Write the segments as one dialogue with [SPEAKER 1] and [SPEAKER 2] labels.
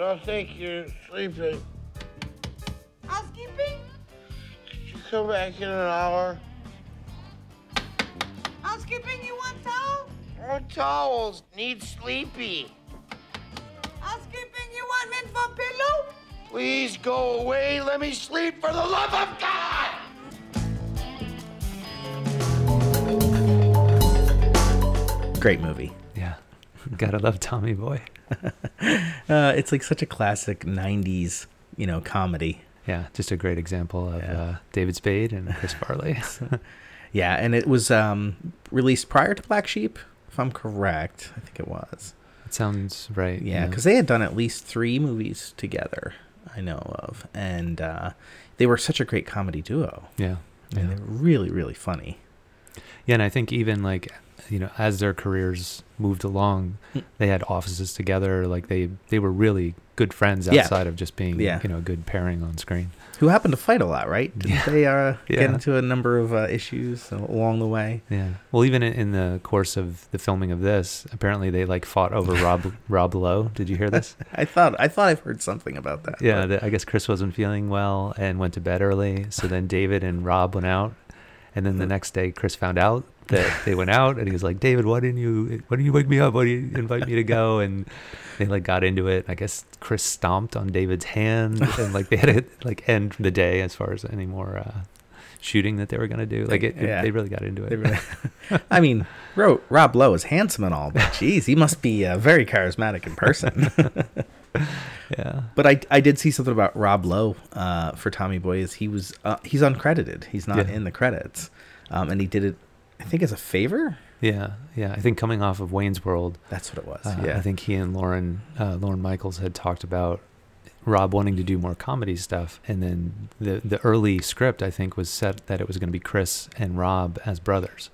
[SPEAKER 1] I think you're sleeping.
[SPEAKER 2] Housekeeping?
[SPEAKER 1] Could you come back in an hour?
[SPEAKER 2] Housekeeping, you want towel?
[SPEAKER 1] More towels. Need sleepy.
[SPEAKER 2] Housekeeping, you want mint for pillow?
[SPEAKER 1] Please go away. Let me sleep for the love of God!
[SPEAKER 3] Great movie.
[SPEAKER 4] Yeah. Gotta love Tommy Boy.
[SPEAKER 3] Uh, it's like such a classic '90s, you know, comedy.
[SPEAKER 4] Yeah, just a great example of uh, David Spade and Chris Farley.
[SPEAKER 3] Yeah, and it was um, released prior to Black Sheep, if I'm correct. I think it was.
[SPEAKER 4] it sounds right.
[SPEAKER 3] Yeah, because they had done at least three movies together. I know of, and uh, they were such a great comedy duo,
[SPEAKER 4] yeah.
[SPEAKER 3] and
[SPEAKER 4] Yeah.
[SPEAKER 3] they're really, really funny.
[SPEAKER 4] Yeah, and I think even like you know, as their careers moved along, they had offices together. Like they they were really good friends
[SPEAKER 3] Yeah.
[SPEAKER 4] outside of just being
[SPEAKER 3] Yeah.
[SPEAKER 4] you know a good pairing on screen.
[SPEAKER 3] Who happened to fight a lot, right? Didn't they uh, get
[SPEAKER 4] Yeah.
[SPEAKER 3] into a number of uh, issues along the way?
[SPEAKER 4] Yeah. Well, even in- in the course of the filming of this, apparently they like fought over Rob Rob Lowe. Did you hear this?
[SPEAKER 3] I thought I thought I've heard something about that.
[SPEAKER 4] Yeah, that I guess Chris wasn't feeling well and went to bed early. So then David and Rob went out, and then the next day Chris found out that they went out, and he was like, "David, why didn't you? Why didn't you wake me up? Why didn't you invite me to go?" And they like got into it. I guess Chris stomped on David's hand, and like they had to like end the day as far as any more uh, shooting that they were gonna do. Like it, it-
[SPEAKER 3] Yeah.
[SPEAKER 4] they really got into it.
[SPEAKER 3] They were- I mean, Ro- Rob Lowe is handsome and all, but geez, he must be uh, very charismatic in person.
[SPEAKER 4] yeah.
[SPEAKER 3] But I, I did see something about Rob Lowe uh, for Tommy Boy is he was uh, he's uncredited. He's not
[SPEAKER 4] Yeah.
[SPEAKER 3] in the credits, um, and he did it I think as a favor.
[SPEAKER 4] Yeah, yeah. I think coming off of Wayne's World,
[SPEAKER 3] That's what it was.
[SPEAKER 4] Uh,
[SPEAKER 3] yeah,
[SPEAKER 4] I think he and Lauren uh, Lauren Michaels had talked about Rob wanting to do more comedy stuff, and then the the early script I think was set that it was going to be Chris and Rob as brothers.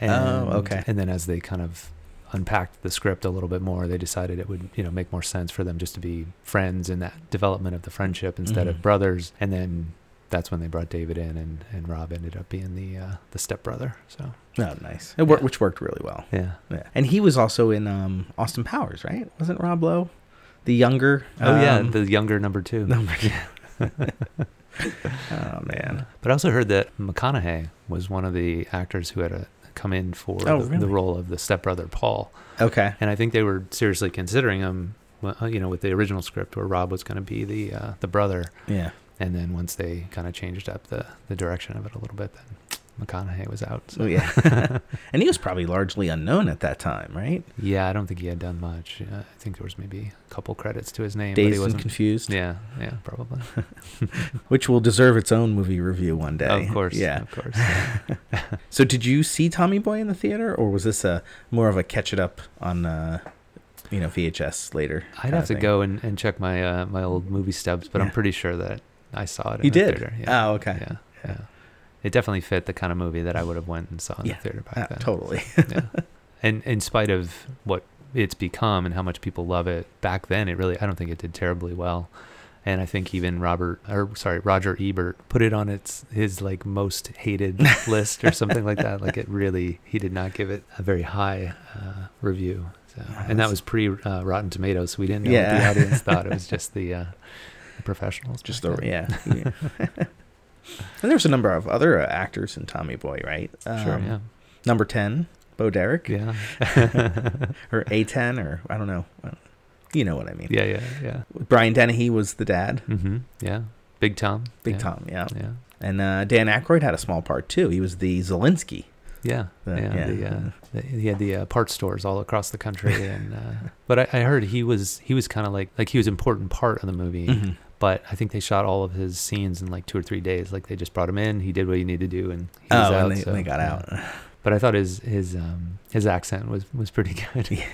[SPEAKER 4] And,
[SPEAKER 3] Oh, okay.
[SPEAKER 4] And then as they kind of unpacked the script a little bit more, they decided it would you know make more sense for them just to be friends in that development of the friendship instead
[SPEAKER 3] Mhm.
[SPEAKER 4] of brothers, and then. That's when they brought David in, and, and Rob ended up being the uh, the stepbrother. So
[SPEAKER 3] oh, nice. It worked,
[SPEAKER 4] yeah.
[SPEAKER 3] which worked really well.
[SPEAKER 4] yeah,
[SPEAKER 3] Yeah. And he was also in um, Austin Powers, right? Wasn't Rob Lowe the younger?
[SPEAKER 4] oh yeah,
[SPEAKER 3] um,
[SPEAKER 4] the younger number two.
[SPEAKER 3] number two. oh man,
[SPEAKER 4] But I also heard that McConaughey was one of the actors who had uh come in for
[SPEAKER 3] Oh,
[SPEAKER 4] the,
[SPEAKER 3] really?
[SPEAKER 4] the role of the stepbrother Paul,
[SPEAKER 3] okay.
[SPEAKER 4] and I think they were seriously considering him. Well, uh, you know, with the original script where Rob was going to be the uh, the brother,
[SPEAKER 3] Yeah,
[SPEAKER 4] and then once they kind of changed up the the direction of it a little bit, then McConaughey was out. So
[SPEAKER 3] oh yeah, and he was probably largely unknown at that time, right?
[SPEAKER 4] yeah, I don't think he had done much. Uh, I think there was maybe a couple credits to his name, but he
[SPEAKER 3] Dazed and
[SPEAKER 4] wasn't.
[SPEAKER 3] confused.
[SPEAKER 4] yeah, yeah, probably.
[SPEAKER 3] which will deserve its own movie review one day.
[SPEAKER 4] Of course,
[SPEAKER 3] Yeah.
[SPEAKER 4] of course.
[SPEAKER 3] So, did you see Tommy Boy in the theater, or was this a more of a catch it up on, uh, you know, VHS later?
[SPEAKER 4] I'd
[SPEAKER 3] kinda
[SPEAKER 4] have to
[SPEAKER 3] thing?
[SPEAKER 4] go and, and check my uh, my old movie stubs, but I'm
[SPEAKER 3] Yeah.
[SPEAKER 4] pretty sure that I saw it. In
[SPEAKER 3] You
[SPEAKER 4] the
[SPEAKER 3] did?
[SPEAKER 4] Theater. Yeah.
[SPEAKER 3] Oh, okay.
[SPEAKER 4] Yeah, yeah. It definitely fit the kind of movie that I would have went and saw in
[SPEAKER 3] Yeah.
[SPEAKER 4] the theater back
[SPEAKER 3] Ah,
[SPEAKER 4] then.
[SPEAKER 3] totally.
[SPEAKER 4] yeah. And in spite of what it's become and how much people love it back then, it really I don't think it did terribly well. And I think even Robert or sorry, Roger Ebert put it on its his like most hated list or something like that. Like it really he did not give it a very high uh, review. So, and that was pre uh, Rotten Tomatoes, so we didn't know what
[SPEAKER 3] Yeah.
[SPEAKER 4] the audience thought. It was just the, uh, the professionals.
[SPEAKER 3] Just
[SPEAKER 4] back
[SPEAKER 3] the
[SPEAKER 4] then.
[SPEAKER 3] yeah. yeah. and there's a number of other uh, actors in Tommy Boy, right?
[SPEAKER 4] sure,
[SPEAKER 3] Um, Number ten, Bo Derek,
[SPEAKER 4] yeah, yeah,
[SPEAKER 3] or A ten, or I don't know. I don't- You know what I mean.
[SPEAKER 4] yeah, yeah, yeah.
[SPEAKER 3] Brian Dennehy was the dad.
[SPEAKER 4] hmm Yeah, Big Tom,
[SPEAKER 3] Big
[SPEAKER 4] yeah.
[SPEAKER 3] Tom, yeah.
[SPEAKER 4] yeah.
[SPEAKER 3] And uh, Dan Aykroyd had a small part too. He was the Zelinsky.
[SPEAKER 4] Yeah,
[SPEAKER 3] The-
[SPEAKER 4] yeah.
[SPEAKER 3] yeah.
[SPEAKER 4] The, uh, the, he had the uh, parts stores all across the country, and uh, but I, I heard he was he was kind of like like he was an important part of the movie.
[SPEAKER 3] Mm-hmm.
[SPEAKER 4] But I think they shot all of his scenes in like two or three days. Like they just brought him in, he did what he needed to do, and he was
[SPEAKER 3] Oh,
[SPEAKER 4] out.
[SPEAKER 3] and they,
[SPEAKER 4] so,
[SPEAKER 3] they got
[SPEAKER 4] yeah.
[SPEAKER 3] out.
[SPEAKER 4] But I thought his his um, his accent was was pretty good.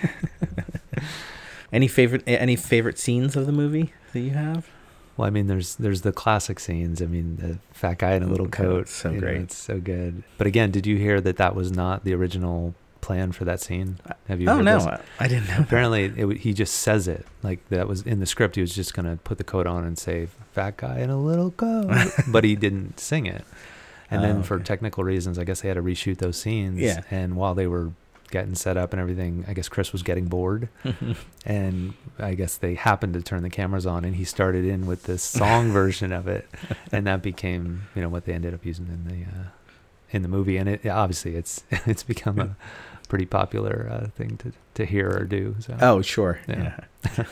[SPEAKER 3] Any favorite any favorite scenes of the movie that you have?
[SPEAKER 4] Well, I mean, there's there's the classic scenes. I mean, the fat guy in a little coat.
[SPEAKER 3] Oh, so
[SPEAKER 4] you know,
[SPEAKER 3] great.
[SPEAKER 4] it's so good. But again, did you hear that that was not the original plan for that scene? Have you?
[SPEAKER 3] oh
[SPEAKER 4] heard
[SPEAKER 3] no,
[SPEAKER 4] this?
[SPEAKER 3] I- I didn't know. that.
[SPEAKER 4] apparently it, w- he just says it like that was in the script he was just gonna put the coat on and say fat guy in a little coat but he didn't sing it and
[SPEAKER 3] Oh,
[SPEAKER 4] then for
[SPEAKER 3] okay.
[SPEAKER 4] technical reasons i guess they had to reshoot those scenes
[SPEAKER 3] Yeah.
[SPEAKER 4] and while they were getting set up and everything, I guess Chris was getting bored. and I guess they happened to turn the cameras on and he started in with this song version of it. And that became, you know, what they ended up using in the uh, in the movie. And it obviously it's it's become a pretty popular uh, thing to, to hear or do. So
[SPEAKER 3] Oh, sure.
[SPEAKER 4] Yeah.
[SPEAKER 3] yeah.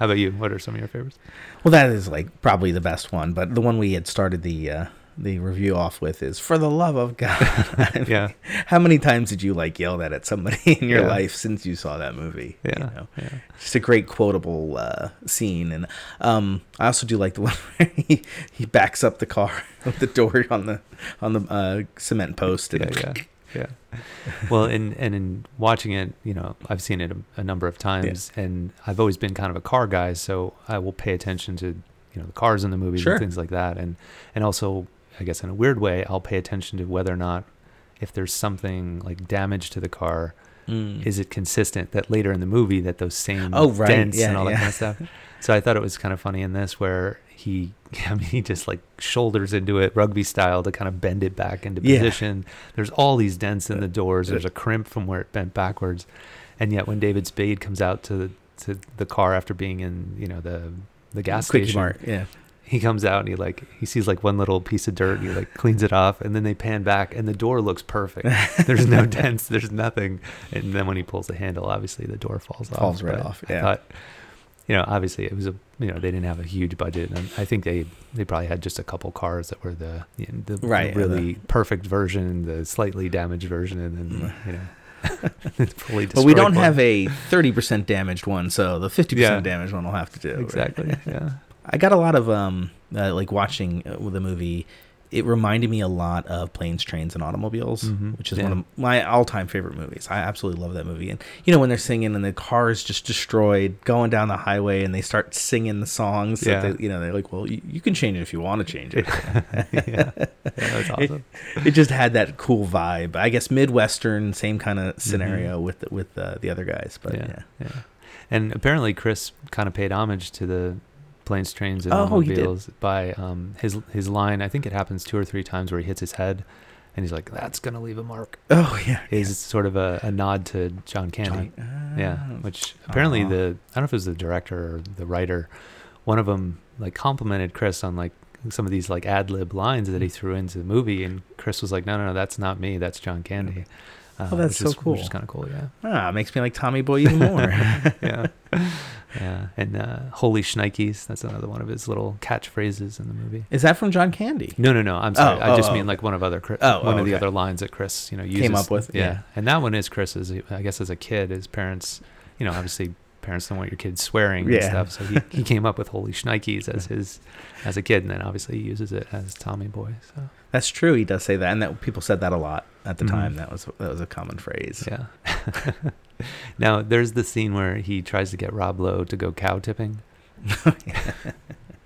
[SPEAKER 4] how about you? What are some of your favorites?
[SPEAKER 3] Well, that is like probably the best one, but the one we had started the uh, the review off with is "For the love of God." I mean,
[SPEAKER 4] Yeah.
[SPEAKER 3] How many times did you like yell that at somebody in your
[SPEAKER 4] Yeah.
[SPEAKER 3] life since you saw that movie? you
[SPEAKER 4] Yeah,
[SPEAKER 3] know?
[SPEAKER 4] yeah.
[SPEAKER 3] Just a great quotable uh, scene, and um, I also do like the one where he, he backs up the car with the door on the on the uh, cement post. And,
[SPEAKER 4] yeah, yeah, yeah. Well, and and in watching it, you know, I've seen it a, a number of times, and I've always been kind of a car guy, so I will pay attention to you know the cars in the movies
[SPEAKER 3] Sure.
[SPEAKER 4] and things like that, and and also I guess in a weird way, I'll pay attention to whether or not if there's something like damage to the car.
[SPEAKER 3] Mm.
[SPEAKER 4] Is it consistent that later in the movie that those same
[SPEAKER 3] Oh, right.
[SPEAKER 4] dents
[SPEAKER 3] Yeah,
[SPEAKER 4] and all that
[SPEAKER 3] yeah.
[SPEAKER 4] kind of stuff? So I thought it was kind of funny in this where he, I mean, he just like shoulders into it rugby style to kind of bend it back into
[SPEAKER 3] Yeah.
[SPEAKER 4] position and there's all these dents in the doors. There's a crimp from where it bent backwards, and yet when David Spade comes out to the, to the car after being in you know the the gas
[SPEAKER 3] Quickie
[SPEAKER 4] station,
[SPEAKER 3] Mart, yeah.
[SPEAKER 4] he comes out and he like he sees like one little piece of dirt. And he like cleans it off, and then they pan back, and the door looks perfect. There's no dents. There's nothing. And then when he pulls the handle, obviously the door falls off.
[SPEAKER 3] Falls right
[SPEAKER 4] But
[SPEAKER 3] off,
[SPEAKER 4] I
[SPEAKER 3] yeah.
[SPEAKER 4] thought, you know, obviously it was a you know they didn't have a huge budget, and I think they they probably had just a couple cars that were the you know, the, the
[SPEAKER 3] Right, and
[SPEAKER 4] really perfect version, the slightly damaged version, and then you know it's fully.
[SPEAKER 3] Mm. But we
[SPEAKER 4] destroyed
[SPEAKER 3] don't
[SPEAKER 4] one.
[SPEAKER 3] have a thirty percent damaged one, so the fifty
[SPEAKER 4] Yeah.
[SPEAKER 3] percent damaged one will have to do. right?
[SPEAKER 4] exactly. Yeah.
[SPEAKER 3] I got a lot of um uh, like watching uh, the movie. It reminded me a lot of Planes, Trains, and Automobiles,
[SPEAKER 4] Mhm.
[SPEAKER 3] which is
[SPEAKER 4] Yeah.
[SPEAKER 3] one of my all-time favorite movies. I absolutely love that movie. And you know when they're singing and the car is just destroyed going down the highway and they start singing the songs. Yeah.
[SPEAKER 4] Yeah.
[SPEAKER 3] That they, you know they're like, well, you, you can change it if you want to change it.
[SPEAKER 4] yeah. Yeah. That's awesome.
[SPEAKER 3] it just had that cool vibe. I guess Midwestern, same kind of scenario with the, with uh, the other guys. But yeah,
[SPEAKER 4] Mm-hmm. yeah. And apparently, Chris kind of paid homage to the planes, trains, and
[SPEAKER 3] Oh, he did.
[SPEAKER 4] automobiles by um, his his line. I think it happens two or three times where he hits his head, and he's like, "That's gonna leave a mark."
[SPEAKER 3] oh yeah,
[SPEAKER 4] Is sort of a, a nod to John Candy. yeah,
[SPEAKER 3] Ah.
[SPEAKER 4] which apparently
[SPEAKER 3] Ah.
[SPEAKER 4] the I don't know if it was the director or the writer, one of them like complimented Chris on like some of these like ad lib lines
[SPEAKER 3] Mm.
[SPEAKER 4] that he threw into the movie, and Chris was like, "No, no, no, that's not me. That's John Candy." Uh,
[SPEAKER 3] Oh, that's so
[SPEAKER 4] which is, Which
[SPEAKER 3] cool.
[SPEAKER 4] is kind of cool, yeah.
[SPEAKER 3] Ah, makes me like Tommy Boy even more.
[SPEAKER 4] yeah. Yeah. And uh, Holy Shnikes. That's another one of his little catchphrases in the movie.
[SPEAKER 3] Is that from John Candy?
[SPEAKER 4] No, no, no. I'm sorry.
[SPEAKER 3] Oh,
[SPEAKER 4] I just
[SPEAKER 3] oh,
[SPEAKER 4] mean
[SPEAKER 3] oh.
[SPEAKER 4] like one of other Chris,
[SPEAKER 3] Oh, oh,
[SPEAKER 4] one of the
[SPEAKER 3] okay.
[SPEAKER 4] other lines that Chris, you know, uses.
[SPEAKER 3] Came up with,
[SPEAKER 4] Yeah.
[SPEAKER 3] yeah.
[SPEAKER 4] And that one is Chris's. I guess as a kid, his parents, you know, obviously parents don't want your kids swearing and
[SPEAKER 3] Yeah.
[SPEAKER 4] stuff. So he, he came up with Holy Shnikes as his as a kid, and then obviously he uses it as Tommy Boy. So
[SPEAKER 3] That's true. He does say that, and that people said that a lot at the
[SPEAKER 4] Mhm.
[SPEAKER 3] time. That was that was a common phrase.
[SPEAKER 4] yeah. now there's the scene where he tries to get Rob Lowe to go cow tipping.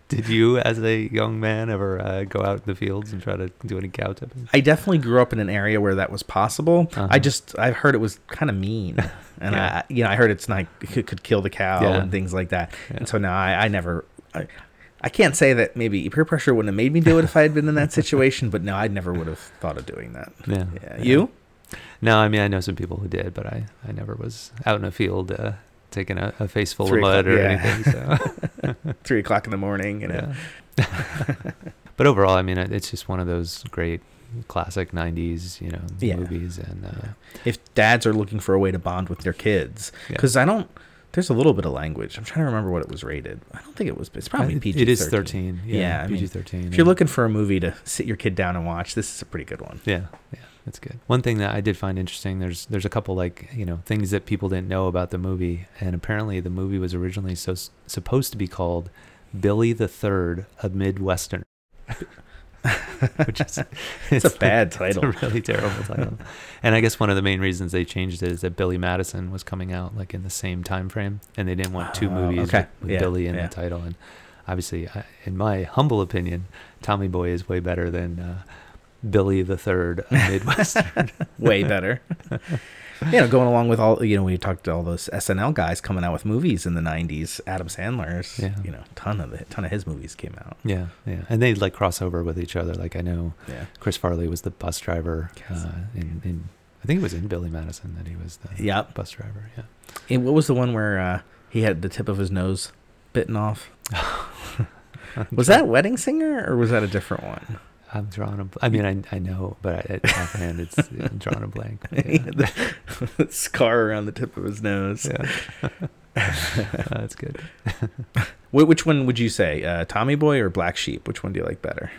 [SPEAKER 4] Did you, as a young man, ever uh, go out in the fields and try to do any cow tipping?
[SPEAKER 3] I definitely grew up in an area where that was possible.
[SPEAKER 4] Uh-huh.
[SPEAKER 3] I just I heard it was kind of mean, and
[SPEAKER 4] Yeah.
[SPEAKER 3] I you know I heard it's not it could, could kill the cow
[SPEAKER 4] Yeah.
[SPEAKER 3] and things like that.
[SPEAKER 4] Yeah.
[SPEAKER 3] And so now I, I never. I, I can't say that maybe peer pressure wouldn't have made me do it if I had been in that situation, but no, I never would have thought of doing that.
[SPEAKER 4] Yeah.
[SPEAKER 3] Yeah. You?
[SPEAKER 4] No, I mean I know some people who did, but I, I never was out in a field uh, taking a, a face full
[SPEAKER 3] Three
[SPEAKER 4] of mud
[SPEAKER 3] o'clock-
[SPEAKER 4] or
[SPEAKER 3] yeah.
[SPEAKER 4] anything. So.
[SPEAKER 3] Three o'clock in the morning, you know.
[SPEAKER 4] Yeah. but overall, I mean, it- it's just one of those great classic '90s, you know,
[SPEAKER 3] Yeah.
[SPEAKER 4] movies, and uh,
[SPEAKER 3] if dads are looking for a way to bond with their kids
[SPEAKER 4] Yeah.
[SPEAKER 3] because i don't there's a little bit of language i'm trying to remember what it was rated i don't think it was it's probably
[SPEAKER 4] it-
[SPEAKER 3] pg
[SPEAKER 4] it is 13. Yeah,
[SPEAKER 3] Yeah, I mean,
[SPEAKER 4] PG-13.
[SPEAKER 3] if you're
[SPEAKER 4] yeah.
[SPEAKER 3] looking for a movie to sit your kid down and watch this is a pretty good one
[SPEAKER 4] Yeah, yeah, that's good. One thing that I did find interesting, there's there's a couple like you know things that people didn't know about the movie, and apparently the movie was originally so supposed to be called Billy the Third, a Midwestern, which is
[SPEAKER 3] it's, a bad
[SPEAKER 4] It's
[SPEAKER 3] title
[SPEAKER 4] a really terrible title, and I guess one of the main reasons they changed it is that Billy Madison was coming out like in the same time frame, and they didn't want two
[SPEAKER 3] Oh,
[SPEAKER 4] movies
[SPEAKER 3] okay.
[SPEAKER 4] with, with
[SPEAKER 3] Yeah,
[SPEAKER 4] Billy in
[SPEAKER 3] yeah.
[SPEAKER 4] the title. And obviously, I, in my humble opinion, Tommy Boy is way better than uh, Billy the Third, a Midwestern.
[SPEAKER 3] way better you know going along with all you know we talked to all those snl guys coming out with movies in the 90s adam sandler's
[SPEAKER 4] Yeah.
[SPEAKER 3] you know ton of the ton of his movies came out
[SPEAKER 4] yeah, yeah, and they like cross over with each other. Like I know
[SPEAKER 3] yeah
[SPEAKER 4] Chris Farley was the bus driver
[SPEAKER 3] Yes.
[SPEAKER 4] uh, in, in I think it was in Billy Madison that he was the
[SPEAKER 3] Yep.
[SPEAKER 4] bus driver. Yeah.
[SPEAKER 3] And what was the one where uh, he had the tip of his nose bitten off? was that Wedding Singer or was that a different one?
[SPEAKER 4] I'm drawing a. bl- I mean, I I know, but I, I- offhand, it's I'm drawing a blank.
[SPEAKER 3] He
[SPEAKER 4] Yeah.
[SPEAKER 3] had the scar around the tip of his nose.
[SPEAKER 4] Yeah. Uh, that's good.
[SPEAKER 3] Wh- which one would you say, uh, Tommy Boy or Black Sheep? Which one do you like better?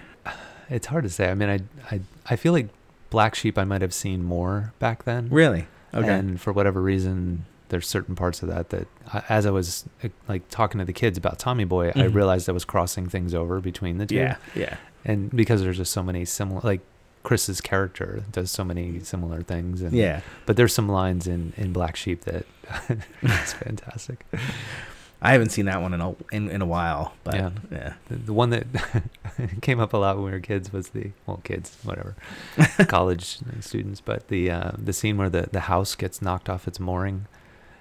[SPEAKER 4] It's hard to say. I mean, I I I feel like Black Sheep. I might have seen more back then.
[SPEAKER 3] Really? Okay.
[SPEAKER 4] And for whatever reason, there's certain parts of that that, I- as I was uh, like talking to the kids about Tommy Boy, I
[SPEAKER 3] Mhm.
[SPEAKER 4] realized I was crossing things over between the two.
[SPEAKER 3] yeah, yeah,
[SPEAKER 4] And because there's just so many similar, like Chris's character does so many similar things. And,
[SPEAKER 3] yeah.
[SPEAKER 4] But there's some lines in in Black Sheep that it's fantastic.
[SPEAKER 3] I haven't seen that one in a in, in a while, but yeah,
[SPEAKER 4] Yeah. The, the one that came up a lot when we were kids was the well, kids, whatever, college students. But the uh, the scene where the the house gets knocked off its mooring,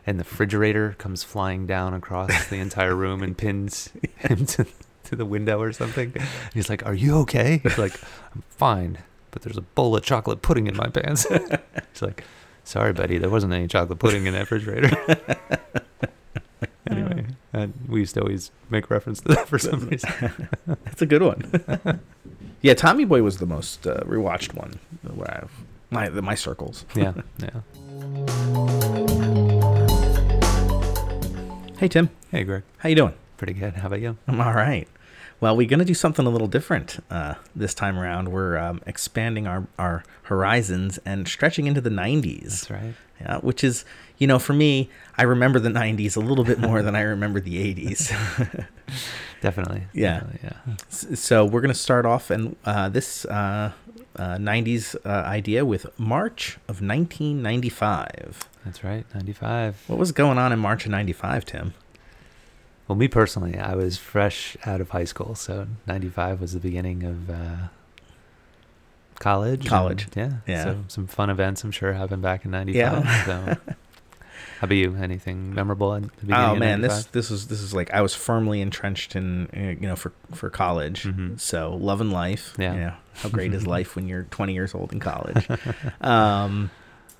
[SPEAKER 4] and the refrigerator comes flying down across the entire room and pins him to, to the window or something. And he's like, "Are you okay?" He's like, "I'm fine, but there's a bowl of chocolate pudding in my pants." he's like, "Sorry, buddy, there wasn't any chocolate pudding in that refrigerator." Anyway, and we used to always make reference to that for some reason.
[SPEAKER 3] that's a good one. yeah, Tommy Boy was the most uh, rewatched one where I've my my circles.
[SPEAKER 4] yeah, yeah.
[SPEAKER 3] Hey Tim,
[SPEAKER 4] Hey, Greg.
[SPEAKER 3] how you doing?
[SPEAKER 4] Pretty good. How about you?
[SPEAKER 3] I'm all right. Well, we're going to do something a little different uh, this time around. We're um, expanding our, our horizons and stretching into the 90s.
[SPEAKER 4] That's right.
[SPEAKER 3] Yeah, which is, you know, for me, I remember the 90s a little bit more than I remember the 80s.
[SPEAKER 4] Definitely.
[SPEAKER 3] Yeah. Hmm.
[SPEAKER 4] Definitely, yeah.
[SPEAKER 3] S- so we're going to start off in uh, this uh, uh, 90s uh, idea with March of 1995.
[SPEAKER 4] That's right. 95.
[SPEAKER 3] What was going on in March of 95, Tim?
[SPEAKER 4] Well, me personally, I was fresh out of high school. So 95 was the beginning of uh, college.
[SPEAKER 3] College.
[SPEAKER 4] and, yeah.
[SPEAKER 3] Yeah.
[SPEAKER 4] So some fun events, I'm sure, happened back in 95.
[SPEAKER 3] Yeah.
[SPEAKER 4] So how about you? Anything memorable at the beginning
[SPEAKER 3] Oh
[SPEAKER 4] of
[SPEAKER 3] man,
[SPEAKER 4] 95?
[SPEAKER 3] this this was this is like I was firmly entrenched in uh, you know for for college.
[SPEAKER 4] Mhm.
[SPEAKER 3] So love and life.
[SPEAKER 4] Yeah.
[SPEAKER 3] You know, how great is life when you're 20 years old in college? um,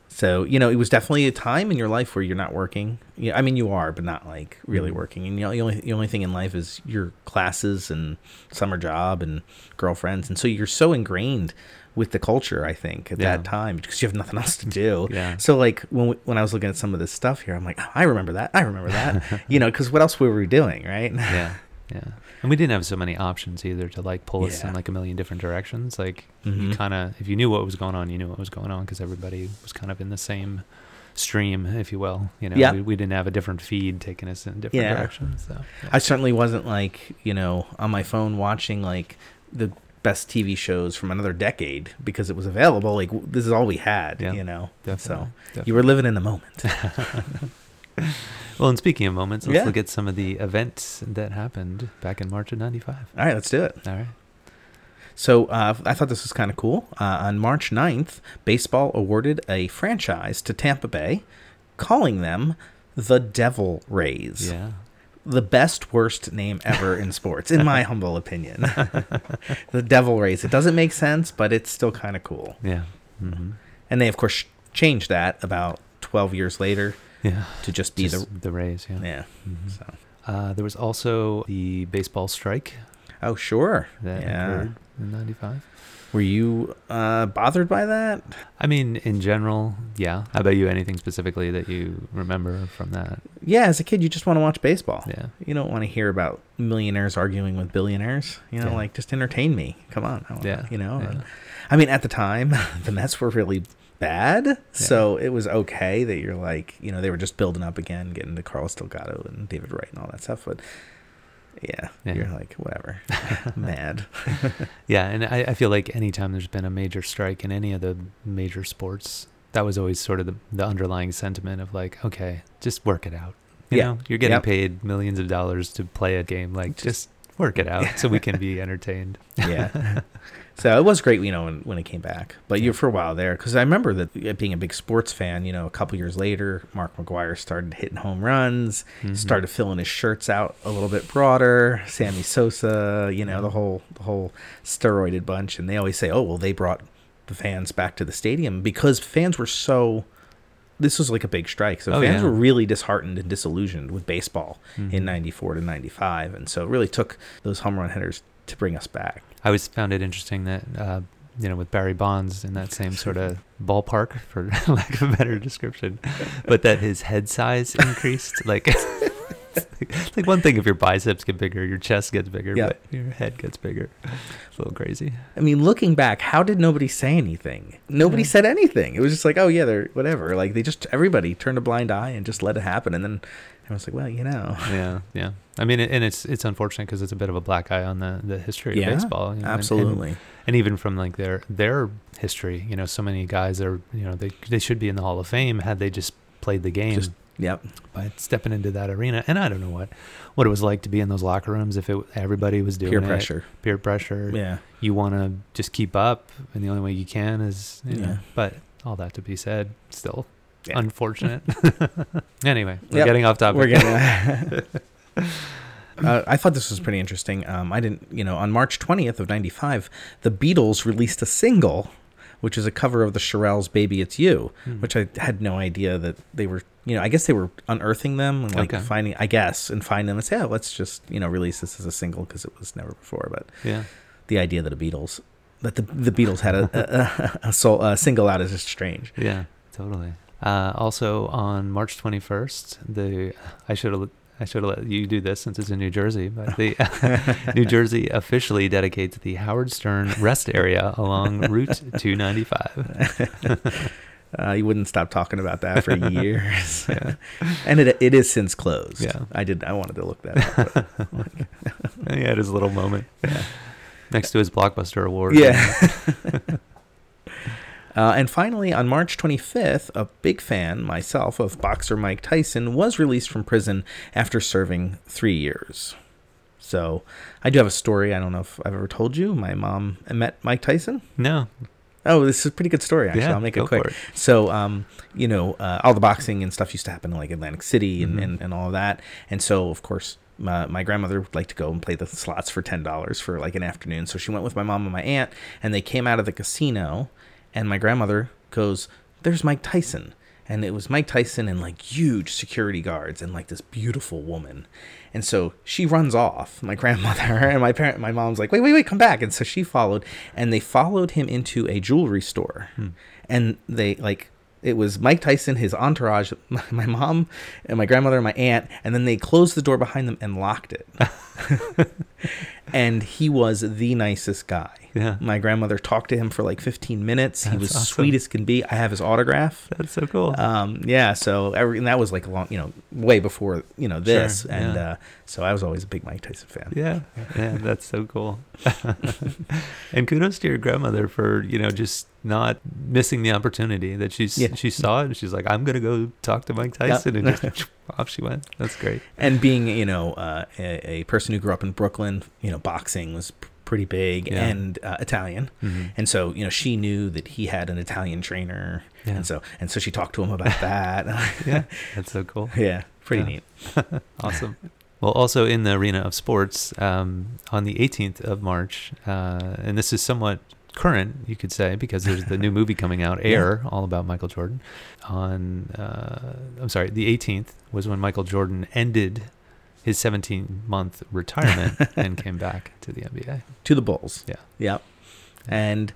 [SPEAKER 3] so you know, it was definitely a time in your life where you're not working. Yeah, I mean you are, but not like really
[SPEAKER 4] Mhm.
[SPEAKER 3] working. And you know, the only the only thing in life is your classes and summer job and girlfriends, and so you're so ingrained with the culture. I think at
[SPEAKER 4] Yeah.
[SPEAKER 3] that time because you have nothing else to do.
[SPEAKER 4] Yeah.
[SPEAKER 3] So like when we, when I was looking at some of this stuff here, I'm like, "Oh, I remember that. I remember that. you know, because what else were we doing, right?
[SPEAKER 4] Yeah. Yeah. And we didn't have so many options either to like pull us
[SPEAKER 3] Yeah.
[SPEAKER 4] in like a million different directions. Like
[SPEAKER 3] Mhm.
[SPEAKER 4] you kind of, if you knew what was going on, you knew what was going on because everybody was kind of in the same stream, if you will. You know,
[SPEAKER 3] Yeah.
[SPEAKER 4] we, we didn't have a different feed taking us in different
[SPEAKER 3] Yeah.
[SPEAKER 4] directions. So yeah.
[SPEAKER 3] I certainly wasn't like you know on my phone watching like the best TV shows from another decade because it was available. Like w- this is all we had,
[SPEAKER 4] Yeah.
[SPEAKER 3] you know.
[SPEAKER 4] Definitely.
[SPEAKER 3] So you were living in the moment.
[SPEAKER 4] well, and speaking of moments, let's
[SPEAKER 3] Yeah.
[SPEAKER 4] look at some of the events that happened back in March of 95.
[SPEAKER 3] all right, let's do it.
[SPEAKER 4] All right.
[SPEAKER 3] So uh, I thought this was kind of cool. Uh, on March 9th, baseball awarded a franchise to Tampa Bay, calling them the Devil Rays.
[SPEAKER 4] Yeah.
[SPEAKER 3] the best worst name ever in sports in my humble opinion the devil rays it doesn't make sense but it's still kind of cool
[SPEAKER 4] Yeah.
[SPEAKER 3] Mm-hmm.
[SPEAKER 4] hmm
[SPEAKER 3] and they of course changed that about 12 years later
[SPEAKER 4] Yeah.
[SPEAKER 3] to just be
[SPEAKER 4] Just the Rays. Yeah.
[SPEAKER 3] the yeah
[SPEAKER 4] Mhm.
[SPEAKER 3] so
[SPEAKER 4] Uh, there was also the baseball strike
[SPEAKER 3] oh sure
[SPEAKER 4] that
[SPEAKER 3] yeah
[SPEAKER 4] occurred in 95.
[SPEAKER 3] were you uh bothered by that
[SPEAKER 4] I mean, in general, yeah. How about you? Anything specifically that you remember from that?
[SPEAKER 3] yeah as a kid you just want to watch baseball
[SPEAKER 4] Yeah.
[SPEAKER 3] you don't want to hear about millionaires arguing with billionaires you know
[SPEAKER 4] Yeah.
[SPEAKER 3] like just entertain me come on I wanna-
[SPEAKER 4] Yeah,
[SPEAKER 3] you know
[SPEAKER 4] yeah.
[SPEAKER 3] i mean at the time the mets were really bad so it was okay that you're like you know they were just building up again getting to carlos delgado and david wright and all that stuff but yeah,
[SPEAKER 4] Yeah.
[SPEAKER 3] you're like whatever mad
[SPEAKER 4] Yeah. And I, I feel like anytime there's been a major strike in any of the major sports, that was always sort of the, the underlying sentiment of like, okay, just work it out. You
[SPEAKER 3] Yeah.
[SPEAKER 4] know, you're getting
[SPEAKER 3] Yep.
[SPEAKER 4] paid millions of dollars to play a game. Like, just, work it out so we can be entertained.
[SPEAKER 3] yeah so it was great you know when, when it came back but you for a while there because i remember that uh, being a big sports fan you know a couple years later mark mcguire started hitting home runs
[SPEAKER 4] Mm-hmm.
[SPEAKER 3] started filling his shirts out a little bit broader sammy sosa you know the whole the whole steroided bunch and they always say oh well they brought the fans back to the stadium because fans were so. This was like a big strike, so
[SPEAKER 4] Oh,
[SPEAKER 3] fans
[SPEAKER 4] yeah. Mm-hmm.
[SPEAKER 3] were really disheartened and disillusioned with baseball in '94 to '95, and so it really took those home run hitters to bring us back.
[SPEAKER 4] I always found it interesting that uh, you know with Barry Bonds in that same sort of ballpark, for lack of a better description, but that his head size increased. like, it's like one thing if your biceps get bigger, your chest gets bigger,
[SPEAKER 3] Yeah.
[SPEAKER 4] but your head gets bigger. It's a little crazy.
[SPEAKER 3] I mean, looking back, how did nobody say anything? Nobody said anything. It was just like, oh yeah, they're whatever. Like they just everybody turned a blind eye and just let it happen, and then I was like, well, you know,
[SPEAKER 4] Yeah, yeah. I mean, and it's it's unfortunate because it's a bit of a black eye on the, the history
[SPEAKER 3] Yeah,
[SPEAKER 4] of baseball. you know, and- and-
[SPEAKER 3] absolutely.
[SPEAKER 4] and even from like their their history, you know, so many guys are you know they they should be in the Hall of Fame had they just played the game
[SPEAKER 3] Just- yep,
[SPEAKER 4] by stepping into that arena. And I don't know what what it was like to be in those locker rooms if it everybody was doing
[SPEAKER 3] peer
[SPEAKER 4] it.
[SPEAKER 3] pressure.
[SPEAKER 4] peer pressure.
[SPEAKER 3] Yeah,
[SPEAKER 4] you want to just keep up, and the only way you can is you
[SPEAKER 3] Yeah.
[SPEAKER 4] know. But all that to be said, still.
[SPEAKER 3] Yeah.
[SPEAKER 4] Unfortunate. anyway, we're
[SPEAKER 3] Yep.
[SPEAKER 4] getting off topic.
[SPEAKER 3] we're gonna. Uh, I thought this was pretty interesting. Um, I didn't, you know, on March 20th of 95, the Beatles released a single, which is a cover of the Shirelles' Baby It's You,
[SPEAKER 4] Hmm.
[SPEAKER 3] Mm-hmm. which I had no idea that they were, you know, I guess they were unearthing them and like
[SPEAKER 4] Okay.
[SPEAKER 3] finding, I guess, and find them and say, oh, let's just, you know, release this as a single because it was never before. But
[SPEAKER 4] yeah.
[SPEAKER 3] the idea that a Beatles, that the, the Beatles had a, a, a, soul, a single out is just strange.
[SPEAKER 4] Yeah, totally. Uh, also on March 21st, the I should have I should have let you do this since it's in New Jersey, but the New Jersey officially dedicates the Howard Stern rest area along Route 295.
[SPEAKER 3] Uh, you wouldn't stop talking about that for years, and it it is since closed.
[SPEAKER 4] Yeah.
[SPEAKER 3] I did. I wanted to look that. Up,
[SPEAKER 4] And he had his little moment. Next to his blockbuster award.
[SPEAKER 3] yeah. uh, and finally, on March 25th, a big fan myself of boxer Mike Tyson was released from prison after serving three years. So, I do have a story. I don't know if I've ever told you. My mom met Mike Tyson.
[SPEAKER 4] No.
[SPEAKER 3] Oh, this is a pretty good story, actually.
[SPEAKER 4] Yeah,
[SPEAKER 3] I'll make it
[SPEAKER 4] go for
[SPEAKER 3] quick.
[SPEAKER 4] it.
[SPEAKER 3] So, um, you know, uh, all the boxing and stuff used to happen in like Atlantic City
[SPEAKER 4] Mm-hmm.
[SPEAKER 3] and, and, and all of that. And so, of course, my, my grandmother would like to go and play the slots for $10 for like an afternoon. So she went with my mom and my aunt, and they came out of the casino. And my grandmother goes, There's Mike Tyson. And it was Mike Tyson and like huge security guards and like this beautiful woman. And so she runs off, my grandmother and my parent, my mom's like, wait, wait, wait, come back. And so she followed and they followed him into a jewelry store.
[SPEAKER 4] Hmm.
[SPEAKER 3] And they like, it was Mike Tyson, his entourage, my mom and my grandmother and my aunt. And then they closed the door behind them and locked it. and he was the nicest guy.
[SPEAKER 4] Yeah.
[SPEAKER 3] My grandmother talked to him for like 15 minutes. he
[SPEAKER 4] That's
[SPEAKER 3] was
[SPEAKER 4] awesome.
[SPEAKER 3] sweet as can be. I have his autograph.
[SPEAKER 4] That's so cool.
[SPEAKER 3] Um, yeah, so every, and that was like a long, you know, way before you know this,
[SPEAKER 4] Sure,
[SPEAKER 3] and
[SPEAKER 4] yeah.
[SPEAKER 3] uh, so I was always a big Mike Tyson fan.
[SPEAKER 4] yeah. Yeah, that's so cool. and kudos to your grandmother for, you know, just not missing the opportunity that she's
[SPEAKER 3] Yeah.
[SPEAKER 4] she saw it and she's like, I'm gonna go talk to Mike Tyson and just off she went. That's great.
[SPEAKER 3] And being you know uh, a, a person who grew up in Brooklyn, you know, boxing was p- pretty big
[SPEAKER 4] Yeah.
[SPEAKER 3] and uh, Italian,
[SPEAKER 4] Mm-hmm.
[SPEAKER 3] and so you know she knew that he had an Italian trainer,
[SPEAKER 4] Yeah.
[SPEAKER 3] and so and so she talked to him about that.
[SPEAKER 4] Yeah. That's so cool.
[SPEAKER 3] yeah, pretty
[SPEAKER 4] Yeah.
[SPEAKER 3] neat.
[SPEAKER 4] Awesome. Well, also in the arena of sports, um, on the 18th of March, uh, and this is somewhat current, you could say, because there's the new movie coming out, Air, all about Michael Jordan. On, uh, I'm sorry, the 18th was when Michael Jordan ended his 17 month retirement and came back to the NBA.
[SPEAKER 3] To the Bulls.
[SPEAKER 4] Yeah.
[SPEAKER 3] Yep. And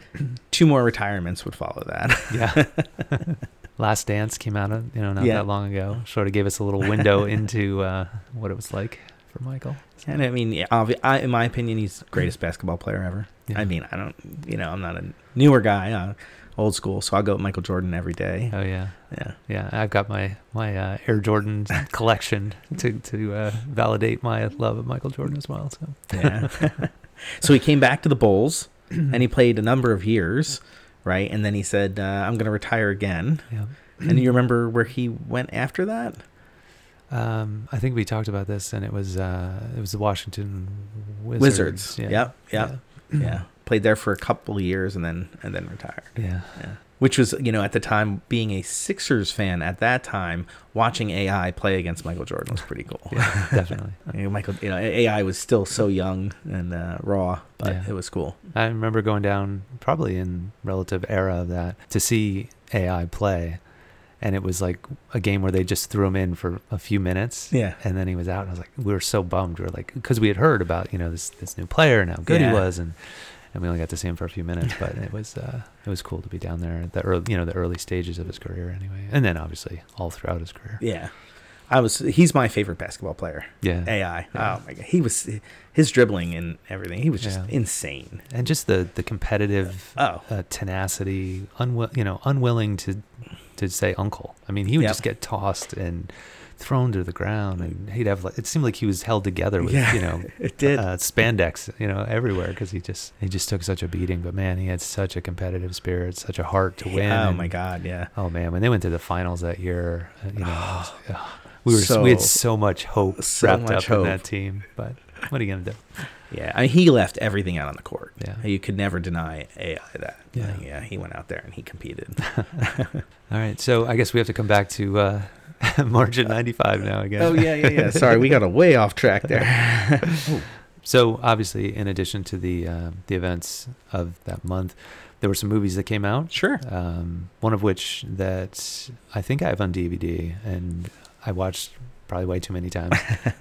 [SPEAKER 3] two more retirements would follow that.
[SPEAKER 4] Yeah. Last Dance came out, uh, you know, not
[SPEAKER 3] Yeah.
[SPEAKER 4] that long ago. Sort of gave us a little window into uh, what it was like for Michael.
[SPEAKER 3] And I mean, yeah, obvi- I, in my opinion, he's the greatest basketball player ever.
[SPEAKER 4] Yeah.
[SPEAKER 3] I mean, I don't, you know, I'm not a newer guy, uh, old school, so I'll go with Michael Jordan every day.
[SPEAKER 4] Oh, yeah.
[SPEAKER 3] Yeah.
[SPEAKER 4] Yeah, I've got my my uh, Air Jordan collection to to uh, validate my love of Michael Jordan as well. So
[SPEAKER 3] Yeah. so he came back to the Bulls and he played a number of years, right? And then he said, uh, I'm going to retire again.
[SPEAKER 4] yeah,
[SPEAKER 3] And you remember where he went after that?
[SPEAKER 4] um, I think we talked about this, and it was uh, it was the Washington Wizards.
[SPEAKER 3] Wizards.
[SPEAKER 4] Yeah.
[SPEAKER 3] Yep. Yep. Yeah. Played there for a couple of years and then, and then retired.
[SPEAKER 4] Yeah. Yeah.
[SPEAKER 3] Yeah. which was, you know, at the time being a Sixers fan at that time, watching AI play against Michael Jordan was pretty cool.
[SPEAKER 4] definitely.
[SPEAKER 3] You know, Michael, you know, AI was still so young and uh, raw, but
[SPEAKER 4] Yeah.
[SPEAKER 3] it was cool.
[SPEAKER 4] I remember going down probably in relative era of that to see AI play. And it was like a game where they just threw him in for a few minutes.
[SPEAKER 3] Yeah.
[SPEAKER 4] And then he was out. And I was like, we were so bummed. We were like, because we had heard about, you know, this, this new player and how good
[SPEAKER 3] Yeah.
[SPEAKER 4] he was. And, and we only got to see him for a few minutes, but it was, uh, it was cool to be down there at the early, you know, the early stages of his career anyway. And then obviously all throughout his career.
[SPEAKER 3] Yeah. I was. He's my favorite basketball player.
[SPEAKER 4] Yeah.
[SPEAKER 3] AI.
[SPEAKER 4] Yeah.
[SPEAKER 3] Oh my god, he was his dribbling and everything. He was just
[SPEAKER 4] Yeah.
[SPEAKER 3] insane.
[SPEAKER 4] and just the the competitive
[SPEAKER 3] Oh.
[SPEAKER 4] uh, tenacity unwi- you know unwilling to to say uncle i mean he would
[SPEAKER 3] Yep.
[SPEAKER 4] just get tossed and thrown to the ground and he'd have like it seemed like he was held together with
[SPEAKER 3] Yeah,
[SPEAKER 4] you know
[SPEAKER 3] it did.
[SPEAKER 4] uh, spandex you know everywhere because he just he just took such a beating but man he had such a competitive spirit such a heart to win
[SPEAKER 3] oh
[SPEAKER 4] and-
[SPEAKER 3] my god, yeah.
[SPEAKER 4] oh man when they went to the finals that year uh, you know I was like, "Ugh." we were
[SPEAKER 3] So-
[SPEAKER 4] we had so much hope
[SPEAKER 3] so
[SPEAKER 4] wrapped
[SPEAKER 3] much
[SPEAKER 4] up in
[SPEAKER 3] hope.
[SPEAKER 4] that team but what are you gonna do
[SPEAKER 3] Yeah, I mean, he left everything out on the court.
[SPEAKER 4] Yeah.
[SPEAKER 3] you could never deny AI that.
[SPEAKER 4] Yeah.
[SPEAKER 3] Like, yeah, he went out there and he competed.
[SPEAKER 4] All right, so I guess we have to come back to uh, margin 95 now again.
[SPEAKER 3] oh yeah, yeah, yeah. Sorry, we got a way off track there.
[SPEAKER 4] So obviously, in addition to the uh, the events of that month, there were some movies that came out.
[SPEAKER 3] Sure.
[SPEAKER 4] Um, one of which that I think I have on DVD, and I watched probably way too many times.